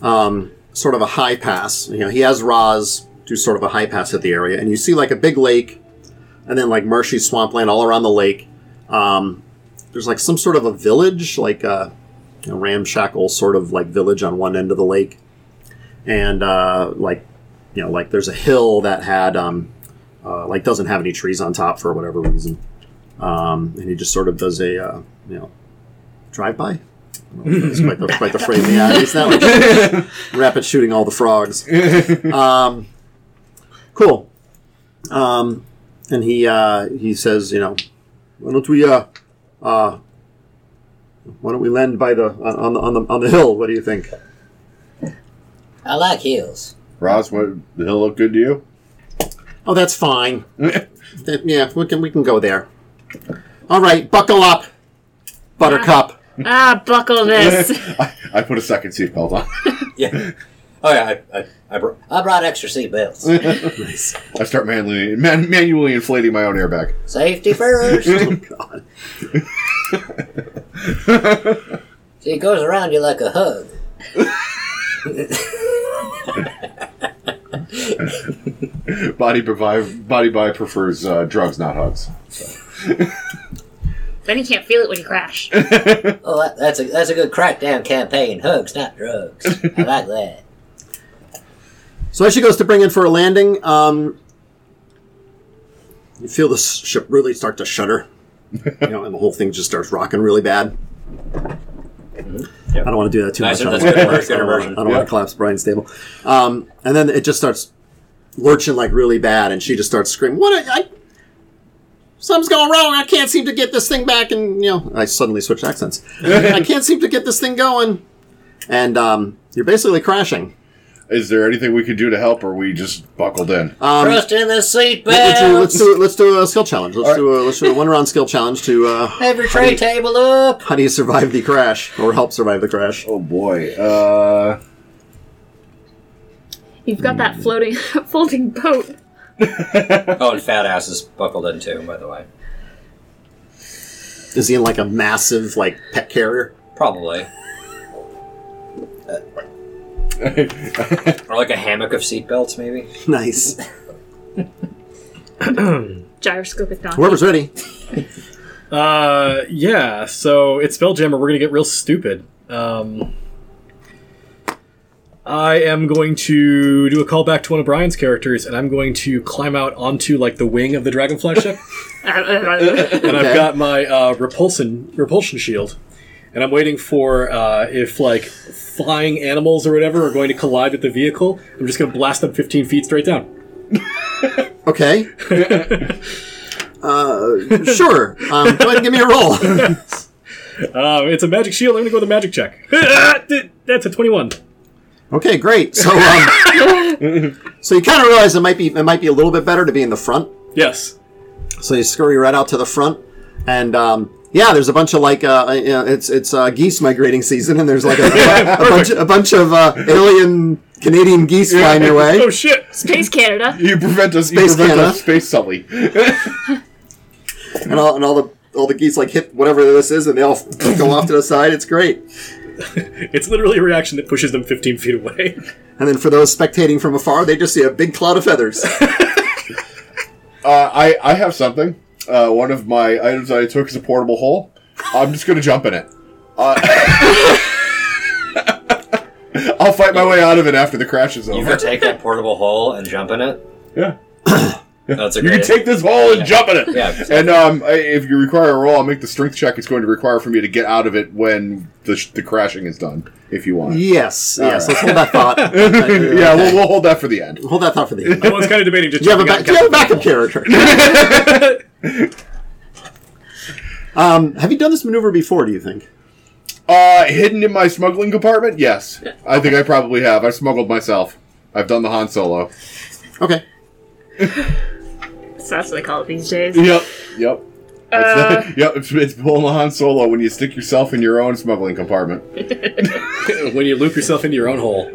Speaker 1: um, sort of a high pass. You know, he has Roz do sort of a high pass at the area, and you see like a big lake, and then like marshy swampland all around the lake. Um, there's like some sort of a village, like a, a ramshackle sort of like village on one end of the lake, and uh, like you know, like there's a hill that had um, uh, like doesn't have any trees on top for whatever reason um, and he just sort of does a uh, you know drive by. That's quite the, quite the phrase. Yeah, he's not like rapid shooting all the frogs. Um, cool. Um, and he uh, he says, you know, why don't we uh, uh, why don't we land by the on on the on the, on the hill? What do you think?
Speaker 3: I like heels.
Speaker 4: Ross, what the hill look good to you?
Speaker 1: Oh, that's fine. That- yeah, we can we can go there. All right, buckle up, Buttercup.
Speaker 2: Ah, buckle this.
Speaker 4: I, I put a second seatbelt on.
Speaker 5: Yeah. Oh yeah, I, I, I brought.
Speaker 3: I brought extra seat belts.
Speaker 4: I start manually, man, manually inflating my own airbag.
Speaker 3: Safety first.
Speaker 1: Oh, God.
Speaker 3: See, it goes around you like a hug.
Speaker 4: Body provide, body by prefers uh, drugs, not hugs.
Speaker 2: then you can't feel it when you crash.
Speaker 3: Oh, that, that's a that's a good crackdown campaign. Hugs, not drugs. I like that.
Speaker 1: So as she goes to bring in for a landing, um, you feel the ship really start to shudder, you know, and the whole thing just starts rocking really bad. I don't want to do that too
Speaker 5: Nice,
Speaker 1: much.
Speaker 5: that's
Speaker 1: I don't
Speaker 5: good.
Speaker 1: wanna-
Speaker 5: That's good
Speaker 1: I don't wanna-
Speaker 5: immersion.
Speaker 1: I don't want
Speaker 4: Yeah.
Speaker 1: to collapse Brian's table. Um, and then it just starts lurching like really bad, and she just starts screaming, "What? I, I, something's going wrong. I can't seem to get this thing back." And you know, I suddenly switched accents. I can't seem to get this thing going, and um, you're basically crashing.
Speaker 4: Is there anything we can do to help, or are we just buckled in?
Speaker 1: Um,
Speaker 3: Trust in the seat
Speaker 1: Let's do, let's
Speaker 3: belts.
Speaker 1: do let's do a skill challenge. Let's do a let's do a one round skill challenge to uh,
Speaker 3: Have your tray table up.
Speaker 1: how do you survive the crash or help survive the crash?
Speaker 4: oh boy. Uh,
Speaker 2: You've got that floating, folding boat.
Speaker 5: Oh, and fat ass is buckled in too, by the way.
Speaker 1: Is he in like a massive like pet carrier?
Speaker 5: Probably. Or like a hammock of seatbelts, maybe.
Speaker 1: Nice.
Speaker 2: Gyroscopic knock.
Speaker 1: Whoever's ready.
Speaker 6: Uh, yeah. So it's Spelljammer. We're gonna get real stupid. Um, I am going to do a callback to one of Brian's characters, and I'm going to climb out onto like the wing of the dragonfly ship,
Speaker 2: I
Speaker 6: and
Speaker 1: Okay.
Speaker 6: I've got my uh, repulsion repulsion shield, and I'm waiting for uh, if like flying animals or whatever are going to collide with the vehicle. I'm just gonna blast them 15 feet straight down.
Speaker 1: Okay. Uh, sure. Um, go ahead and give me a roll.
Speaker 6: Uh, it's a magic shield. I'm gonna go with a magic check. Ah, That's a 21.
Speaker 1: Okay, great. So um, so you kind of realize it might be it might be a little bit better to be in the front.
Speaker 6: Yes.
Speaker 1: So you scurry right out to the front, and um, yeah, there's a bunch of like uh, uh, you know, it's it's uh, geese migrating season, and there's like a, a, bunch a bunch of uh, alien Canadian geese flying your way.
Speaker 6: Oh shit.
Speaker 2: Space Canada.
Speaker 4: you prevent us. you
Speaker 1: Space
Speaker 4: prevent
Speaker 1: Canada.
Speaker 4: us, space Sully.
Speaker 1: and all and all the all the geese like hit whatever this is, and they all go off to the side. It's great.
Speaker 6: It's literally a reaction that pushes them 15 feet away.
Speaker 1: And then for those spectating from afar, they just see a big cloud of feathers.
Speaker 4: Uh, I I have something. Uh, one of my items that I took is a portable hole. I'm just gonna jump in it. Uh, I'll fight my way out of it after the crash is
Speaker 5: You
Speaker 4: over.
Speaker 5: can take that portable hole and jump in it.
Speaker 4: yeah.
Speaker 5: That's a
Speaker 4: You can
Speaker 5: great.
Speaker 4: take this hole and jump in it.
Speaker 5: Yeah.
Speaker 4: And um, I- if you require a roll, I'll make the strength check. It's going to require for me to get out of it when the, sh- the crashing is done, if you want.
Speaker 1: yes, yes.
Speaker 4: right.
Speaker 1: Let's hold that thought. Okay.
Speaker 4: yeah, we'll, we'll hold that for the end.
Speaker 1: hold that thought for the end.
Speaker 6: I was kind of debating just
Speaker 1: Do you have a,
Speaker 6: jumping
Speaker 1: back, do
Speaker 6: out
Speaker 1: you have a
Speaker 6: and
Speaker 1: backup character? um, have you done this maneuver before? Do you think?
Speaker 4: Uh, hidden in my smuggling compartment? Yes. I think I probably have. I smuggled myself. I've done the Han Solo.
Speaker 1: Okay.
Speaker 2: So that's what they call it these days.
Speaker 4: Yep. Yep. It's- yep, it's, it's pulling a Han Solo when you stick yourself in your own smuggling compartment.
Speaker 6: captain When you loop yourself into your own hole.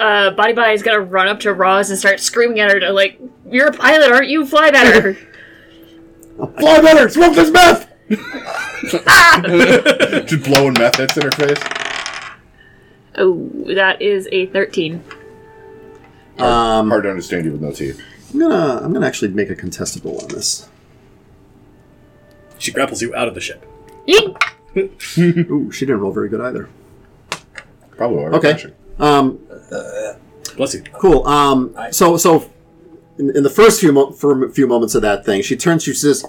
Speaker 2: Uh, Body Body's gonna run up to Roz and start screaming at her to like You're a pilot, aren't you? Fly better.
Speaker 4: Fly better! Smoke this meth! Just blowing meth hits in her face.
Speaker 2: oh, that is a 13.
Speaker 4: I'm hard to understand you with no teeth.
Speaker 1: I'm gonna I'm gonna actually make a contested roll on this.
Speaker 6: She grapples you out of the ship.
Speaker 2: Yeet.
Speaker 1: Ooh, she didn't roll very good either.
Speaker 4: Probably why we're
Speaker 1: Okay.
Speaker 4: crashing.
Speaker 1: Um,
Speaker 6: Bless you.
Speaker 1: cool. Um, so so in, in the first few mo- for few moments of that thing, she turns. She says,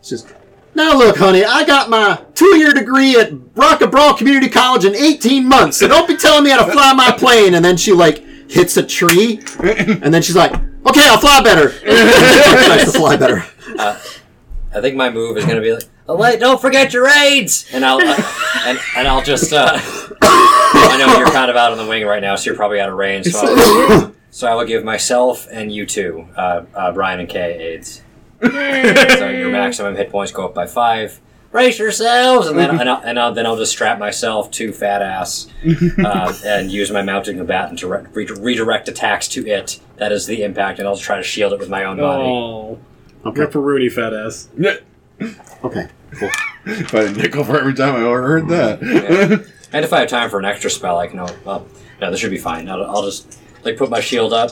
Speaker 1: she says, "Now look, honey, I got my two year degree at Rockabrow Community College in 18 months, so don't be telling me how to fly my plane." And then she like hits a tree, and then she's like, "Okay, I'll fly better." Tries to fly better.
Speaker 5: I think my move is gonna be like, oh wait, don't forget your aids, and I'll uh, and, and I'll just. Uh, I know you're kind of out on the wing right now, so you're probably out of range. So, I'll, so I will give myself and you two, uh, uh, Brian and Kay, aids. so your maximum hit points go up by five. Brace yourselves, and then and, I'll, and I'll, then I'll just strap myself to fat ass uh, and use my mounted combatant to re- re- redirect attacks to it. That is the impact, and I'll try to shield it with my own body.
Speaker 6: Oh,
Speaker 1: Okay.
Speaker 6: rip a Rooney, fat ass.
Speaker 1: Okay.
Speaker 4: If I had a nickel for every time I overheard that.
Speaker 5: And if I have time for an extra spell, I can. oh, Well, no, this should be fine. I'll, I'll just like put my shield up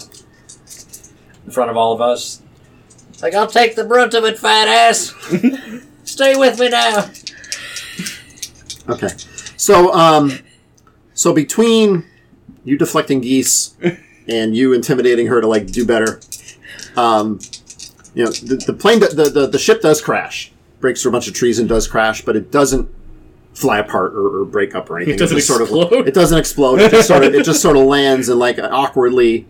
Speaker 5: in front of all of us. It's like I'll take the brunt of it, fat ass. Stay with me now.
Speaker 1: Okay. So, um, so between you deflecting geese and you intimidating her to like do better, um, you know, the, the plane, the, the the ship does crash, breaks through a bunch of trees and does crash, but it doesn't fly apart or, or break up or anything.
Speaker 6: doesn't
Speaker 1: just Sort of,
Speaker 6: explode?
Speaker 1: it doesn't explode. It just sort of it just sort of lands and like awkwardly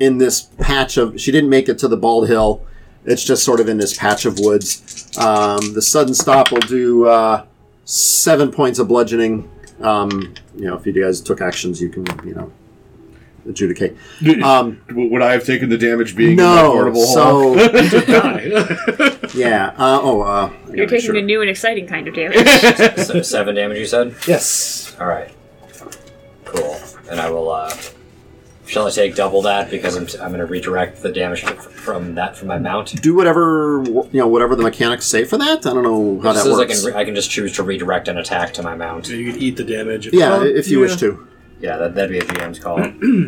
Speaker 1: in this patch of. She didn't make it to the bald hill. It's just sort of in this patch of woods. Um, the sudden stop will do. Uh, seven points of bludgeoning. Um, you know, if you guys took actions, you can, you know, adjudicate. Um,
Speaker 4: Would I have taken the damage being in my
Speaker 1: no,
Speaker 4: portable hole?
Speaker 1: so
Speaker 6: Die.
Speaker 1: yeah. Uh, oh, uh, I gotta
Speaker 2: You're
Speaker 1: make
Speaker 2: taking
Speaker 1: sure.
Speaker 2: a new and exciting kind of damage.
Speaker 5: Se- seven damage, you said.
Speaker 1: yes.
Speaker 5: All right. Cool. And I will. uh Shall I take double that because I'm, I'm going to redirect the damage fr- from that from my mount?
Speaker 1: Do whatever you know, whatever the mechanics say for that. I don't know how
Speaker 5: Just
Speaker 1: that
Speaker 5: as I
Speaker 1: works.
Speaker 5: can, re- I can just choose to redirect an attack to my mount.
Speaker 6: you could eat the damage.
Speaker 1: yeah,
Speaker 6: Um,
Speaker 1: if you
Speaker 6: yeah.
Speaker 1: wish to.
Speaker 5: Yeah, that, that'd be a GM's call.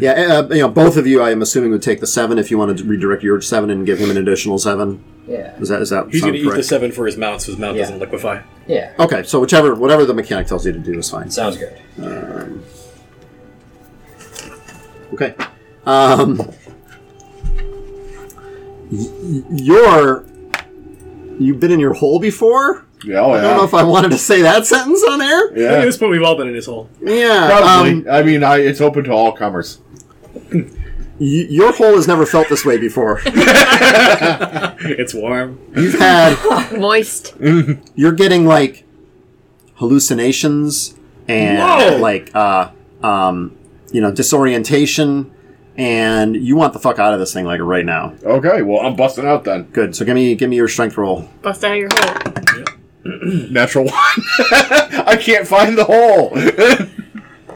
Speaker 1: Yeah, uh, you know, both of you, I am assuming, would take the seven if you wanted to redirect your seven and give him an additional seven.
Speaker 5: yeah.
Speaker 1: Is that is that
Speaker 6: He's
Speaker 1: sound
Speaker 6: going to eat the
Speaker 1: correct?
Speaker 6: seven for his mount, so his mount
Speaker 5: Yeah.
Speaker 6: doesn't liquefy.
Speaker 5: Yeah.
Speaker 1: Okay, so whichever whatever the mechanic tells you to do is fine.
Speaker 5: Sounds good.
Speaker 1: Okay. Um, y- y- you're you've been in your hole before.
Speaker 4: Yeah, oh,
Speaker 1: I don't know
Speaker 4: yeah.
Speaker 1: if I wanted to say that sentence on air.
Speaker 6: I think at
Speaker 4: Yeah,
Speaker 6: this point, we've all been in his hole.
Speaker 1: Yeah.
Speaker 4: probably.
Speaker 1: Um,
Speaker 4: I mean, I, it's open to all comers.
Speaker 1: y- your hole has never felt this way before.
Speaker 6: It's warm.
Speaker 1: You've had
Speaker 2: Moist.
Speaker 1: you're getting like hallucinations and
Speaker 6: Whoa.
Speaker 1: like uh um you know disorientation and you want the fuck out of this thing like right now.
Speaker 4: Okay, well, I'm busting out then.
Speaker 1: Good. So give me give me your strength roll.
Speaker 2: Bust out of your hole.
Speaker 4: Natural one. I can't find the hole.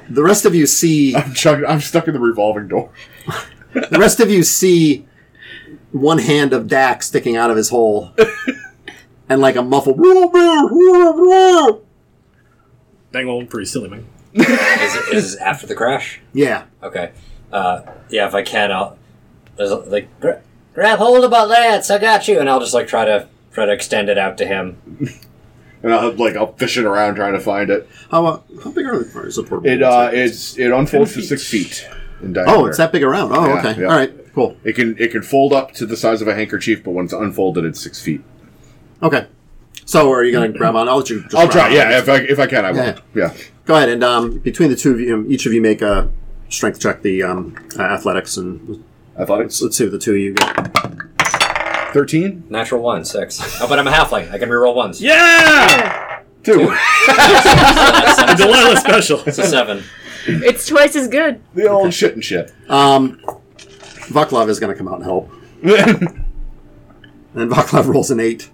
Speaker 1: The rest of you see
Speaker 4: I'm, chugging, I'm stuck in the revolving door.
Speaker 1: The rest of you see one hand of Dak sticking out of his hole, and like a muffled.
Speaker 6: Dang old, pretty silly, man.
Speaker 5: Is, it, is it after the crash?
Speaker 1: Yeah.
Speaker 5: Okay. Uh, yeah, if I can, I'll there's, like gra-
Speaker 3: Grab hold of my lance.
Speaker 5: I got you, and I'll just like try to try to extend it out to him.
Speaker 4: And I'm like, I'm fishing around trying to find it.
Speaker 1: How uh, how big are the cars? A portable
Speaker 4: It
Speaker 1: one?
Speaker 4: uh, it's it unfolds to six feet in diameter.
Speaker 1: oh, it's that big around. Oh,
Speaker 4: Yeah,
Speaker 1: okay.
Speaker 4: yeah.
Speaker 1: All right. Cool.
Speaker 4: It can it can fold up to the size of a handkerchief, but when it's unfolded, it's six feet.
Speaker 1: Okay. So, are you gonna grab on? I'll let you. Just
Speaker 4: I'll
Speaker 1: grab
Speaker 4: try.
Speaker 1: on.
Speaker 4: Yeah, if I if I can, I will.
Speaker 1: Yeah.
Speaker 4: Yeah.
Speaker 1: Go ahead and um, between the two of you, each of you make a strength check. The um, uh, athletics and
Speaker 4: I thought
Speaker 1: let's,
Speaker 4: it's
Speaker 1: let's see what the two of you get.
Speaker 4: thirteen.
Speaker 5: Natural one, six. Oh, but I'm a halfling. I can reroll ones.
Speaker 6: Yeah!
Speaker 4: Two.
Speaker 6: The Delilah special.
Speaker 5: It's a seven.
Speaker 2: It's twice as good.
Speaker 4: the old shit and shit.
Speaker 1: Um, Vaklav is gonna come out and help, and Vaklav rolls an eight.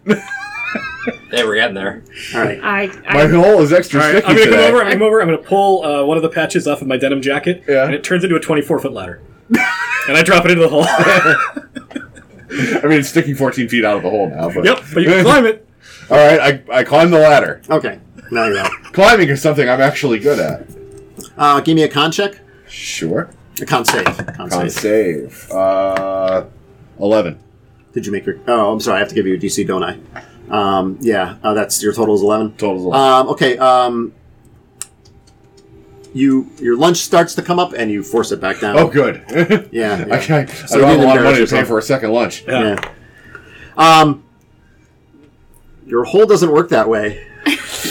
Speaker 5: Hey, we're getting there.
Speaker 1: All right.
Speaker 2: I,
Speaker 4: My
Speaker 2: I
Speaker 4: hole is extra
Speaker 6: All right,
Speaker 4: sticky
Speaker 6: I'm gonna come
Speaker 4: today.
Speaker 6: over. I'm gonna come over. I'm gonna pull uh, one of the patches off of my denim jacket,
Speaker 4: Yeah.
Speaker 6: and it turns into a 24 foot ladder, and I drop it into the hole.
Speaker 4: I mean, it's sticking 14 feet out of the hole now. But.
Speaker 6: Yep, but you can climb it.
Speaker 4: All right, I, I climb the ladder.
Speaker 1: Okay, now you're out.
Speaker 4: Climbing is something I'm actually good at.
Speaker 1: Uh, give me a con check.
Speaker 4: Sure.
Speaker 1: A con save. Con
Speaker 4: Con
Speaker 1: save.
Speaker 4: save. Uh, 11.
Speaker 1: Did you make your? Oh, I'm sorry. I have to give you a DC, don't I? Um, yeah, uh, that's your total is eleven.
Speaker 4: Total's 11.
Speaker 1: Um, okay. Um, you your lunch starts to come up and you force it back down.
Speaker 4: oh, good.
Speaker 1: yeah. yeah.
Speaker 4: I, I,
Speaker 1: So
Speaker 4: I don't have
Speaker 1: you
Speaker 4: a lot
Speaker 1: embarrass
Speaker 4: of money to pay
Speaker 1: yourself.
Speaker 4: for a second lunch.
Speaker 1: Yeah.
Speaker 6: Uh,
Speaker 1: Um, your hole doesn't work that way.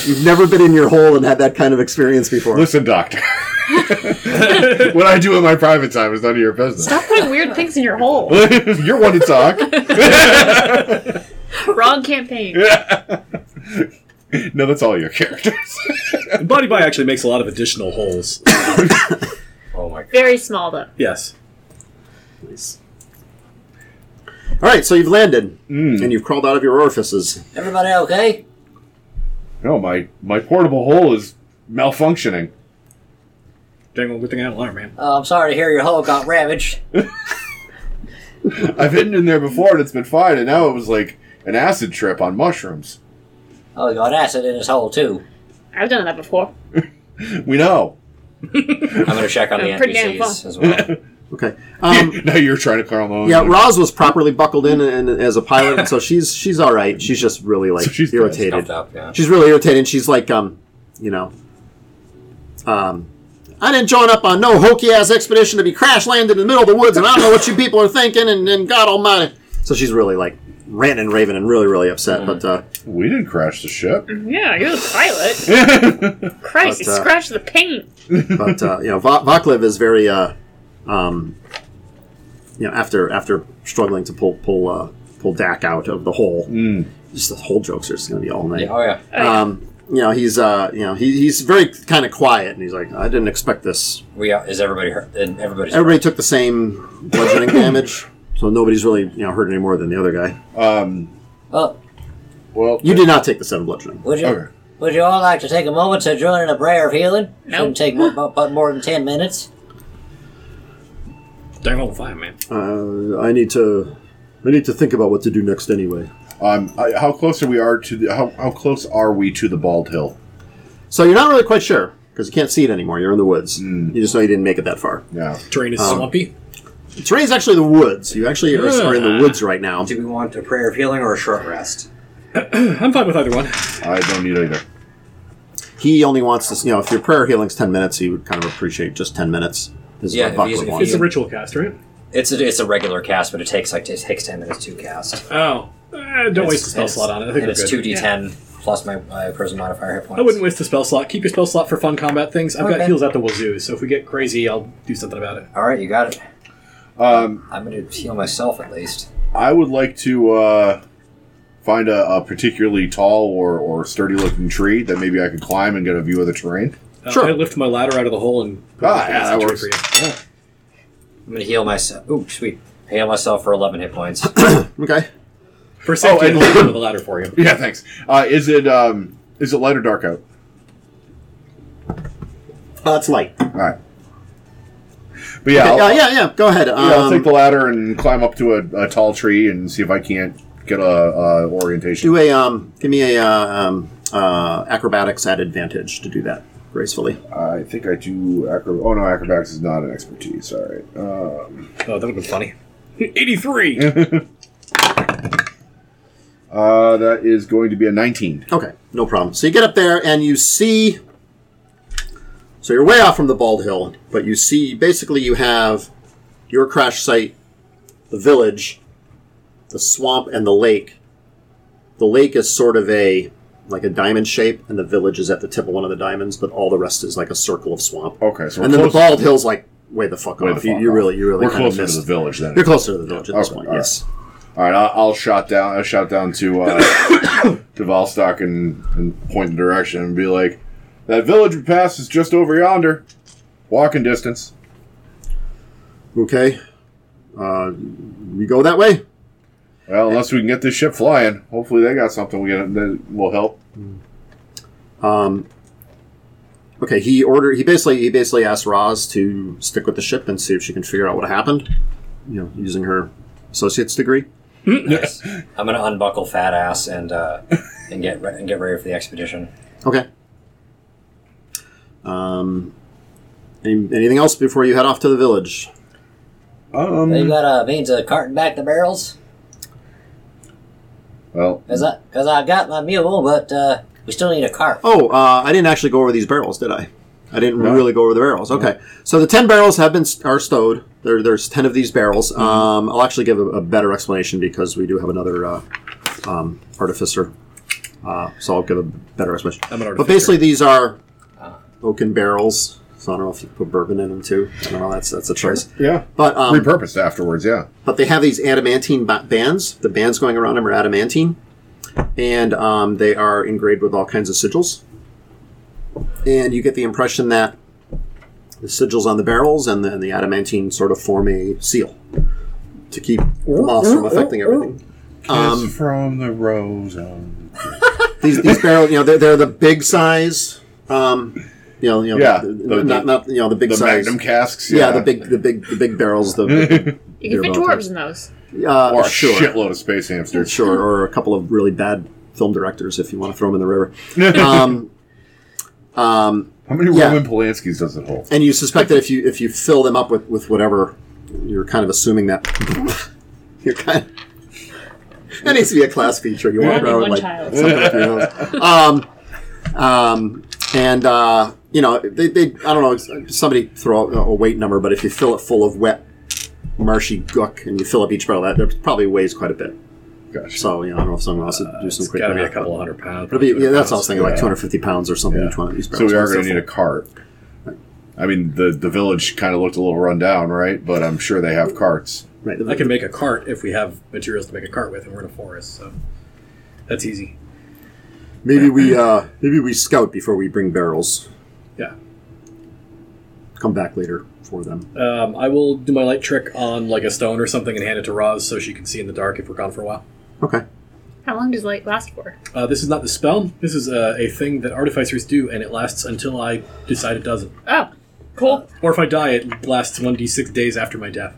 Speaker 1: You've never been in your hole and had that kind of experience before.
Speaker 4: Listen, doctor. what I do in my private time is none of your business.
Speaker 2: Stop putting weird things in your hole.
Speaker 4: You're one to talk.
Speaker 2: Wrong campaign.
Speaker 4: no, that's all your characters.
Speaker 6: And Body Buy actually makes a lot of additional holes.
Speaker 5: Oh my god.
Speaker 2: Very small though.
Speaker 6: Yes.
Speaker 1: Nice. All right, so you've landed and you've crawled out of your orifices.
Speaker 3: Everybody okay?
Speaker 4: no, my my portable hole is malfunctioning.
Speaker 6: Dang, well, good thing I had an alarm, man.
Speaker 3: Oh, I'm sorry to hear your hole got ravaged.
Speaker 4: I've been in there before and it's been fine, and now it was like an acid trip on mushrooms.
Speaker 3: Oh, he got acid in his hole too.
Speaker 2: I've done that before.
Speaker 4: We know.
Speaker 5: I'm gonna check on the
Speaker 2: I'm pretty damn
Speaker 5: NPCs as well.
Speaker 1: Okay. Um,
Speaker 4: now you're trying to clear them all.
Speaker 1: yeah, Roz was properly buckled in and, and as a pilot, so she's she's all right. She's just really like
Speaker 4: So she's
Speaker 1: irritated.
Speaker 5: Stuffed up, yeah.
Speaker 1: She's really irritated. and She's like, um, you know, um, I didn't join up on no hokey ass expedition to be crash landed in the middle of the woods, and I don't know what you people are thinking. And, and God Almighty, so she's really like ranting and raving and really really upset. But uh,
Speaker 4: we didn't crash the ship.
Speaker 2: Yeah, you're the pilot. Christ,
Speaker 1: But, uh,
Speaker 2: you scratched the paint.
Speaker 1: but uh, you know, Va- Vaclav is very, uh, um, you know, after after struggling to pull pull uh, pull Dak out of the hole, just the whole jokes are just going to be all night.
Speaker 5: Yeah, Oh yeah.
Speaker 1: Um, you know, he's uh, you know, he, he's very kind of quiet, and he's like, I didn't expect this.
Speaker 5: We are, is everybody hurt? And everybody's hurt.
Speaker 1: Everybody took the same bludgeoning damage. So nobody's really you know hurt any more than the other guy.
Speaker 4: Um,
Speaker 3: Well,
Speaker 4: well,
Speaker 1: You did not take the seven bludgeoning.
Speaker 3: would you
Speaker 4: Okay.
Speaker 3: would you all like to take a moment to join in a prayer of healing? Shouldn't take mo- bu- but more than ten minutes.
Speaker 6: Dang, well, fine, man.
Speaker 1: Uh, I need to, I need to think about what to do next anyway.
Speaker 4: um, I- how close are we are to the? How, how close are we to the bald hill?
Speaker 1: So you're not really quite sure because you can't see it anymore. You're in the woods.
Speaker 5: Mm.
Speaker 1: You just know you didn't make it that far.
Speaker 4: Yeah.
Speaker 6: Terrain is swampy.
Speaker 1: The terrain's actually the woods. You actually are, are in the woods right now.
Speaker 5: Do we want a prayer of healing or a short rest?
Speaker 6: I'm fine with either one.
Speaker 4: I don't need either.
Speaker 1: He only wants to, you know, if your prayer healing's ten minutes, he would kind of appreciate just ten minutes. This is
Speaker 5: Yeah,
Speaker 1: what
Speaker 5: if he's-
Speaker 1: Buckland
Speaker 5: if
Speaker 1: wants.
Speaker 6: It's a
Speaker 5: he's-
Speaker 6: ritual cast, right?
Speaker 5: It's a, it's a regular cast, but it takes like it takes ten minutes to cast.
Speaker 6: Oh. Eh, don't waste the spell
Speaker 5: And it's-
Speaker 6: slot on it. I think
Speaker 5: And
Speaker 6: we're
Speaker 5: it's
Speaker 6: good.
Speaker 5: two d ten plus my uh, charisma modifier hit points.
Speaker 6: I wouldn't waste the spell slot. Keep your spell slot for fun combat things. I've got
Speaker 5: Okay.
Speaker 6: heals at the wazoo, so if we get crazy, I'll do something about it.
Speaker 5: All right, you got it.
Speaker 4: Um,
Speaker 5: I'm gonna heal myself at least.
Speaker 4: I would like to uh, find a, a particularly tall or, or sturdy looking tree that maybe I could climb and get a view of the terrain.
Speaker 6: Uh,
Speaker 1: Sure.
Speaker 6: I lift my ladder out of the hole and
Speaker 4: Ah, yeah, that works.
Speaker 6: That's true
Speaker 4: Yeah.
Speaker 5: I'm gonna heal myself. Ooh, sweet. Heal myself for eleven hit points.
Speaker 1: Okay.
Speaker 6: for safety,
Speaker 4: Oh, and-
Speaker 6: I'll lift the ladder for you.
Speaker 4: Yeah, thanks. Uh, is it um, is it light or dark out?
Speaker 1: Uh, it's light.
Speaker 4: All right. But yeah, I'll,
Speaker 1: yeah, yeah, yeah. Go ahead. Um,
Speaker 4: yeah, I'll take the ladder and climb up to a, a tall tree and see if I can't get a, a orientation.
Speaker 1: do a um, give me a uh, um, uh, acrobatics at advantage to do that gracefully.
Speaker 4: I think I do acro. Oh no, acrobatics is not an expertise. All right. Um,
Speaker 6: Oh, that would have been funny. 83!
Speaker 4: uh, that is going to be a nineteen.
Speaker 1: Okay, no problem. So you get up there and you see. So you're way off from the bald hill, but you see basically you have your crash site, the village, the swamp, and the lake. The lake is sort of a like a diamond shape, and the village is at the tip of one of the diamonds, but all the rest is like a circle of swamp.
Speaker 4: Okay, so we're
Speaker 1: and then
Speaker 4: close-
Speaker 1: the bald hill's like way the fuck
Speaker 4: Way
Speaker 1: off.
Speaker 4: the
Speaker 1: you,
Speaker 4: fuck
Speaker 1: you
Speaker 4: off.
Speaker 1: really, you really
Speaker 4: We're
Speaker 1: kind of
Speaker 4: closer to
Speaker 1: missed.
Speaker 4: the village then.
Speaker 1: You're closer to the village at this
Speaker 4: Okay,
Speaker 1: point.
Speaker 4: all
Speaker 1: Yes.
Speaker 4: All right, I'll, I'll shout down. I'll shout down to uh, to Valstock and, and point the direction and be like, "That village we passed is just over yonder, walking distance."
Speaker 1: Okay. Uh, we go that way.
Speaker 4: Well, unless we can get this ship flying, hopefully they got something we can, that will help.
Speaker 1: Um, okay, he ordered. He basically he basically asked Roz to stick with the ship and see if she can figure out what happened. You know, using her associate's degree.
Speaker 5: Nice. I'm gonna unbuckle fat ass and uh, and get re- and get ready for the expedition.
Speaker 1: Okay. Um, any, anything else before you head off to the village?
Speaker 3: You
Speaker 4: Um,
Speaker 3: got
Speaker 5: uh,
Speaker 3: a means of carting back the barrels?
Speaker 4: well,
Speaker 3: Cause I, cause I got my mule, but uh, we still need a cart.
Speaker 1: Oh, uh, I didn't actually go over these barrels, did I? I didn't
Speaker 4: No.
Speaker 1: really go over the barrels. Okay, so the ten barrels have been are stowed. There, there's ten of these barrels. Um, I'll actually give a, a better explanation because we do have another uh, um, artificer. Uh, so I'll give a better explanation.
Speaker 6: I'm an
Speaker 1: But
Speaker 6: artificer.
Speaker 1: basically, these are oaken barrels. So I don't know if you put bourbon in them too. I don't know. That's that's a choice.
Speaker 4: yeah.
Speaker 1: But um,
Speaker 4: Repurposed afterwards, yeah.
Speaker 1: but they have these adamantine ba- bands. The bands going around them are adamantine, and um, they are engraved with all kinds of sigils. And you get the impression that the sigils on the barrels and the, and the adamantine sort of form a seal to keep the moths from affecting everything. Um,
Speaker 4: from the rose. on-
Speaker 1: these these barrels, you know, they're, they're the big size. Um, you know, you know,
Speaker 4: Yeah,
Speaker 1: the,
Speaker 4: the-
Speaker 1: not not you know the big
Speaker 4: The
Speaker 1: size.
Speaker 4: magnum casks, yeah.
Speaker 1: yeah. the big the big the big barrels. The big,
Speaker 2: You can
Speaker 1: They're
Speaker 2: fit
Speaker 1: both
Speaker 2: dwarves in those.
Speaker 1: uh,
Speaker 4: Or a
Speaker 1: sure.
Speaker 4: shitload of space hamsters.
Speaker 1: Sure, or a couple of really bad film directors if you want to throw them in the river. Um, um,
Speaker 4: How many
Speaker 1: Yeah.
Speaker 4: Roman Polanskis does it hold?
Speaker 1: and you suspect that if you if you fill them up with, with whatever, you're kind of assuming that you're kind. Of, that needs to be a class feature. You walk
Speaker 2: Only
Speaker 1: around
Speaker 2: one
Speaker 1: with like
Speaker 2: child.
Speaker 1: something up your nose. Um, um, and uh, you know they, they I don't know somebody throw out a weight number, but if you fill it full of wet marshy gook and you fill up each barrel, that that probably weighs quite a bit.
Speaker 4: Gosh.
Speaker 1: So you know I don't know if someone else would do some
Speaker 6: It's
Speaker 1: quick.
Speaker 6: got to be a
Speaker 1: math, but-
Speaker 6: couple hundred pounds.
Speaker 1: It'll be, yeah, that's what I was thinking, like
Speaker 4: Yeah.
Speaker 1: 250 pounds or something
Speaker 4: Yeah.
Speaker 1: each one of these
Speaker 4: So
Speaker 1: barrels.
Speaker 4: we are going to need a cart. I mean, the, the village kind of looked a little run down, right? But I'm sure they have carts.
Speaker 1: Right,
Speaker 6: I can make a cart if we have materials to make a cart with, and we're in a forest, so that's easy.
Speaker 1: maybe we uh, maybe we scout before we bring barrels.
Speaker 6: Yeah.
Speaker 1: Come back later for them.
Speaker 6: Um, I will do my light trick on like a stone or something and hand it to Roz so she can see in the dark if we're gone for a while.
Speaker 1: Okay.
Speaker 2: How long does light last for?
Speaker 6: Uh, this is not the spell. This is uh, a thing that artificers do, and it lasts until I decide it doesn't.
Speaker 2: Oh, cool.
Speaker 6: Or if I die, it lasts 1d6 days after my death.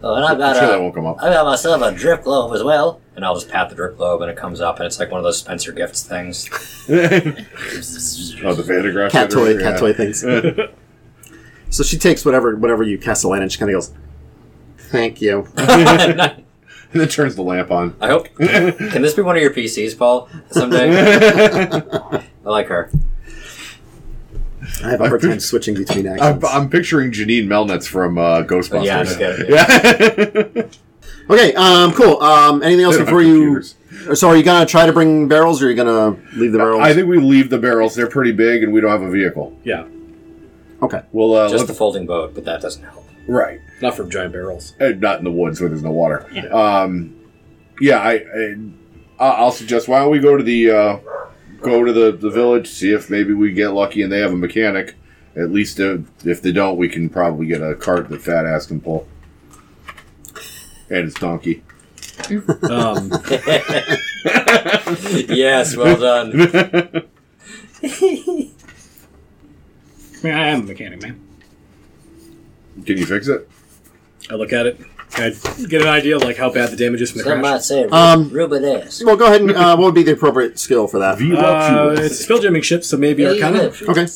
Speaker 3: Oh, and I've
Speaker 4: I'm
Speaker 3: got
Speaker 5: uh,
Speaker 1: uh,
Speaker 4: sure that
Speaker 3: a,
Speaker 4: won't come up.
Speaker 3: I got myself a drip globe as well.
Speaker 5: And I'll just pat the drip globe, and it comes up, and it's like one of those Spencer gifts things.
Speaker 4: Oh, the Vandegraff.
Speaker 1: Cat toy,
Speaker 4: syndrome,
Speaker 1: cat
Speaker 4: yeah.
Speaker 1: toy things. so she takes whatever whatever you cast a light and she kind of goes, "Thank you."
Speaker 4: And it turns the lamp on.
Speaker 5: I hope. Can this be one of your PCs, Paul? Someday. I like her.
Speaker 1: I have a hard time switching between
Speaker 4: I'm,
Speaker 1: actions.
Speaker 4: I'm picturing Janine Melnitz from uh, Ghostbusters.
Speaker 5: Yeah, I don't get it.
Speaker 4: Yeah.
Speaker 1: Okay. Um. Cool. Um. Anything else
Speaker 4: They're
Speaker 1: before
Speaker 4: not
Speaker 1: you?
Speaker 4: computers.
Speaker 1: So are you gonna try to bring barrels, or are you gonna leave the barrels?
Speaker 4: I think we leave the barrels. They're pretty big, and we don't have a vehicle.
Speaker 6: Yeah,
Speaker 1: okay.
Speaker 4: Well, uh,
Speaker 5: Just
Speaker 4: let
Speaker 5: the folding boat, but that doesn't help.
Speaker 4: right,
Speaker 6: not from giant barrels.
Speaker 4: Uh, not in the woods where there's no water. Um, yeah, I, I, I- I'll suggest why don't we go to the uh, go to the, the village, see if maybe we get lucky and they have a mechanic. At least uh, if they don't, we can probably get a cart that fat ass can pull. And it's donkey.
Speaker 6: Um,
Speaker 5: yes, well done.
Speaker 6: I am a mechanic, man.
Speaker 4: Can you fix it?
Speaker 6: I look at it. I get an idea of like how bad the damage is from the
Speaker 3: Some
Speaker 6: crash.
Speaker 3: might say ru-
Speaker 1: Um,
Speaker 3: rubbed ass.
Speaker 1: Well, go ahead and uh, what would be the appropriate skill for that?
Speaker 6: Uh, it's spell jamming ship, so maybe
Speaker 3: Yeah, you
Speaker 6: Arcana.
Speaker 3: live.
Speaker 1: Okay.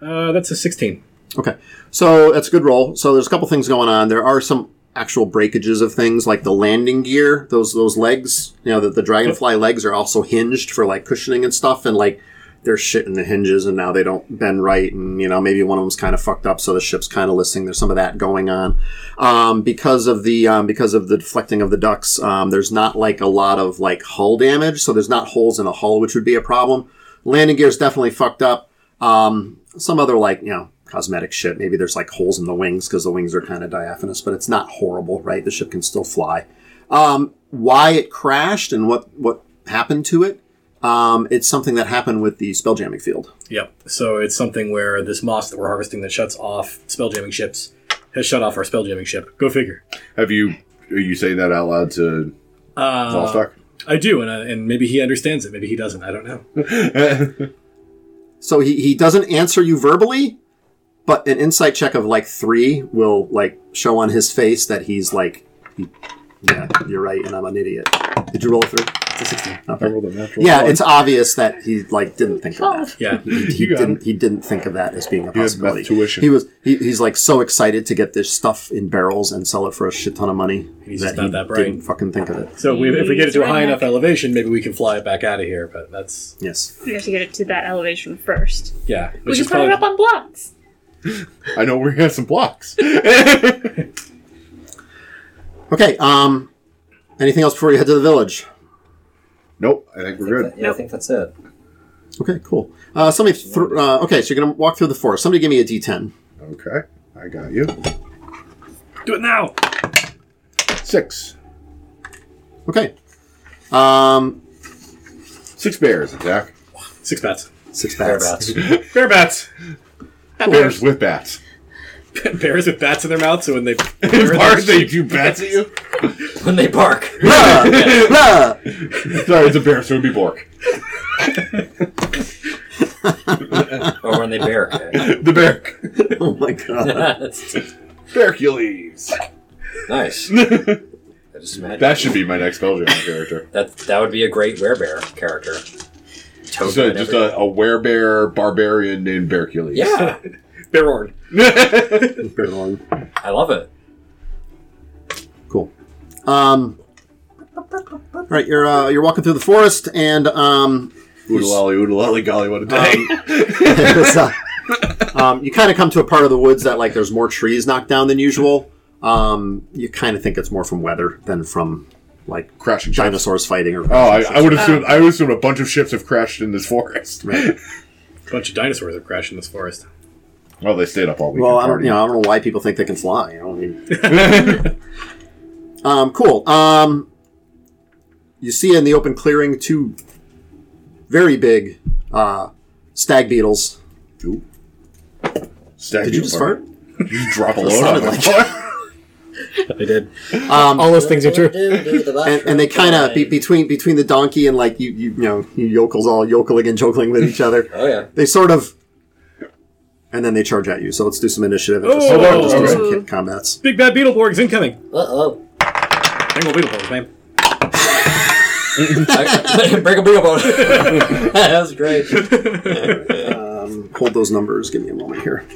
Speaker 6: Uh, that's a 16.
Speaker 1: Okay, so that's a good roll. So there's a couple things going on. There are some actual breakages of things, like the landing gear. Those those legs, you know, that the dragonfly legs are also hinged for like cushioning and stuff, and like there's shit in the hinges, and now they don't bend right, and you know maybe one of them's kind of fucked up, so the ship's kind of listing. There's some of that going on um, because of the um, because of the deflecting of the ducks. Um, there's not like a lot of like hull damage, so there's not holes in a hull, which would be a problem. Landing gear's definitely fucked up. Um, some other like you know cosmetic shit. Maybe there's like holes in the wings because the wings are kind of diaphanous, but it's not horrible, right? The ship can still fly. Um, why it crashed and what what happened to it? Um, it's something that happened with the spell jamming field.
Speaker 6: Yep. So it's something where this moss that we're harvesting that shuts off spell jamming ships has shut off our spell jamming ship. Go figure.
Speaker 4: Have you? Are you saying that out loud to
Speaker 6: Uh,
Speaker 4: Volstock?
Speaker 6: I do, and, uh, and maybe he understands it. Maybe he doesn't. I don't know.
Speaker 1: So he, he doesn't answer you verbally, but an insight check of like three will like show on his face that he's like, yeah, you're right, and I'm an idiot. Did you roll a three?
Speaker 6: It's a 16.
Speaker 1: Okay.
Speaker 6: I rolled a natural.
Speaker 1: Yeah,
Speaker 6: one.
Speaker 1: it's obvious that he like didn't think of that.
Speaker 6: Yeah.
Speaker 1: He
Speaker 4: got
Speaker 1: didn't. He didn't think of that as being a
Speaker 4: He has
Speaker 1: possibility.
Speaker 4: meth tuition.
Speaker 1: He was. He, he's like so excited to get this stuff in barrels and sell it for a shit ton of money.
Speaker 6: He's just not that bright.
Speaker 1: Didn't fucking think of it.
Speaker 6: So we, if we get it to a high
Speaker 2: Redneck.
Speaker 6: enough elevation, maybe we can fly it back out of here. But that's
Speaker 1: Yes.
Speaker 2: We have to get it to that elevation first.
Speaker 6: yeah.
Speaker 2: We
Speaker 6: Which
Speaker 2: can
Speaker 6: is
Speaker 2: put it up
Speaker 6: probably
Speaker 2: on blocks.
Speaker 4: I know we have some blocks.
Speaker 1: Okay. Um. Anything else before you head to the village?
Speaker 4: nope, I think we're good.
Speaker 5: Yeah, I think that's it.
Speaker 1: Okay. Cool. Uh. Somebody. Th- uh, okay. So you're gonna walk through the forest. Somebody give me a D10.
Speaker 4: Okay, I got you.
Speaker 6: do it now.
Speaker 4: Six.
Speaker 1: Okay. Um.
Speaker 4: Six bears attack.
Speaker 6: Six bats.
Speaker 1: Six bats.
Speaker 5: Thereabouts.
Speaker 6: Bear bats.
Speaker 4: Bears with bats.
Speaker 6: Bears with bats in their mouth. So when they
Speaker 4: Bars, they do bats at you?
Speaker 5: when they bark.
Speaker 1: Blah! Blah!
Speaker 4: Sorry, it's a bear, so it'd be Bork.
Speaker 5: or when they bark.
Speaker 4: The bear.
Speaker 1: Oh my god.
Speaker 4: Hercules.
Speaker 5: nice. I just imagine.
Speaker 4: That should be my next Belgian character.
Speaker 5: That that would be a great werebear character.
Speaker 4: Just
Speaker 5: Token
Speaker 4: a,
Speaker 5: and
Speaker 4: just
Speaker 5: everything.
Speaker 4: a, a werebear barbarian named Hercules.
Speaker 5: yeah,
Speaker 6: bear horn.
Speaker 1: Very long.
Speaker 5: I love it.
Speaker 1: Cool. Um, all right, you're uh, you're walking through the forest, and um,
Speaker 4: Oodalolly, oodalolly, golly, what a day.
Speaker 1: it's, uh, um, you kind of come to a part of the woods that like there's more trees knocked down than usual. Um, you kind of think it's more from weather than from like
Speaker 4: Crashing ships.
Speaker 1: dinosaurs fighting or.
Speaker 4: Oh, I, I would assume I would assume a bunch of ships have crashed in this forest.
Speaker 1: Right.
Speaker 6: bunch of dinosaurs have crashed in this forest.
Speaker 4: Well, they stayed up all weekend.
Speaker 1: Well, I don't,
Speaker 4: partying.
Speaker 1: you know, I don't know why people think they can fly. You know, I mean, um, cool. Um, you see in the open clearing two very big uh, stag beetles.
Speaker 4: Ooh. Stag
Speaker 1: Did you just fart?
Speaker 4: You just drop a
Speaker 1: That
Speaker 4: load on
Speaker 1: sounded
Speaker 4: like
Speaker 1: like-
Speaker 6: They did.
Speaker 1: Um,
Speaker 7: All those things are true.
Speaker 1: and, and they kind of be, between between the donkey and like you you you know you yokels all yokeling and jokeling with each other.
Speaker 5: Oh yeah,
Speaker 1: They sort of, and then they charge at you. So let's do some initiative. And just,
Speaker 6: Oh,
Speaker 1: we'll just do
Speaker 4: okay.
Speaker 1: some ki- combats.
Speaker 6: Big bad beetleborgs incoming.
Speaker 3: Uh oh.
Speaker 6: Angle beetleborgs, man.
Speaker 5: I, break a beetlebone. that was great.
Speaker 1: Hold those numbers. Give me a moment here.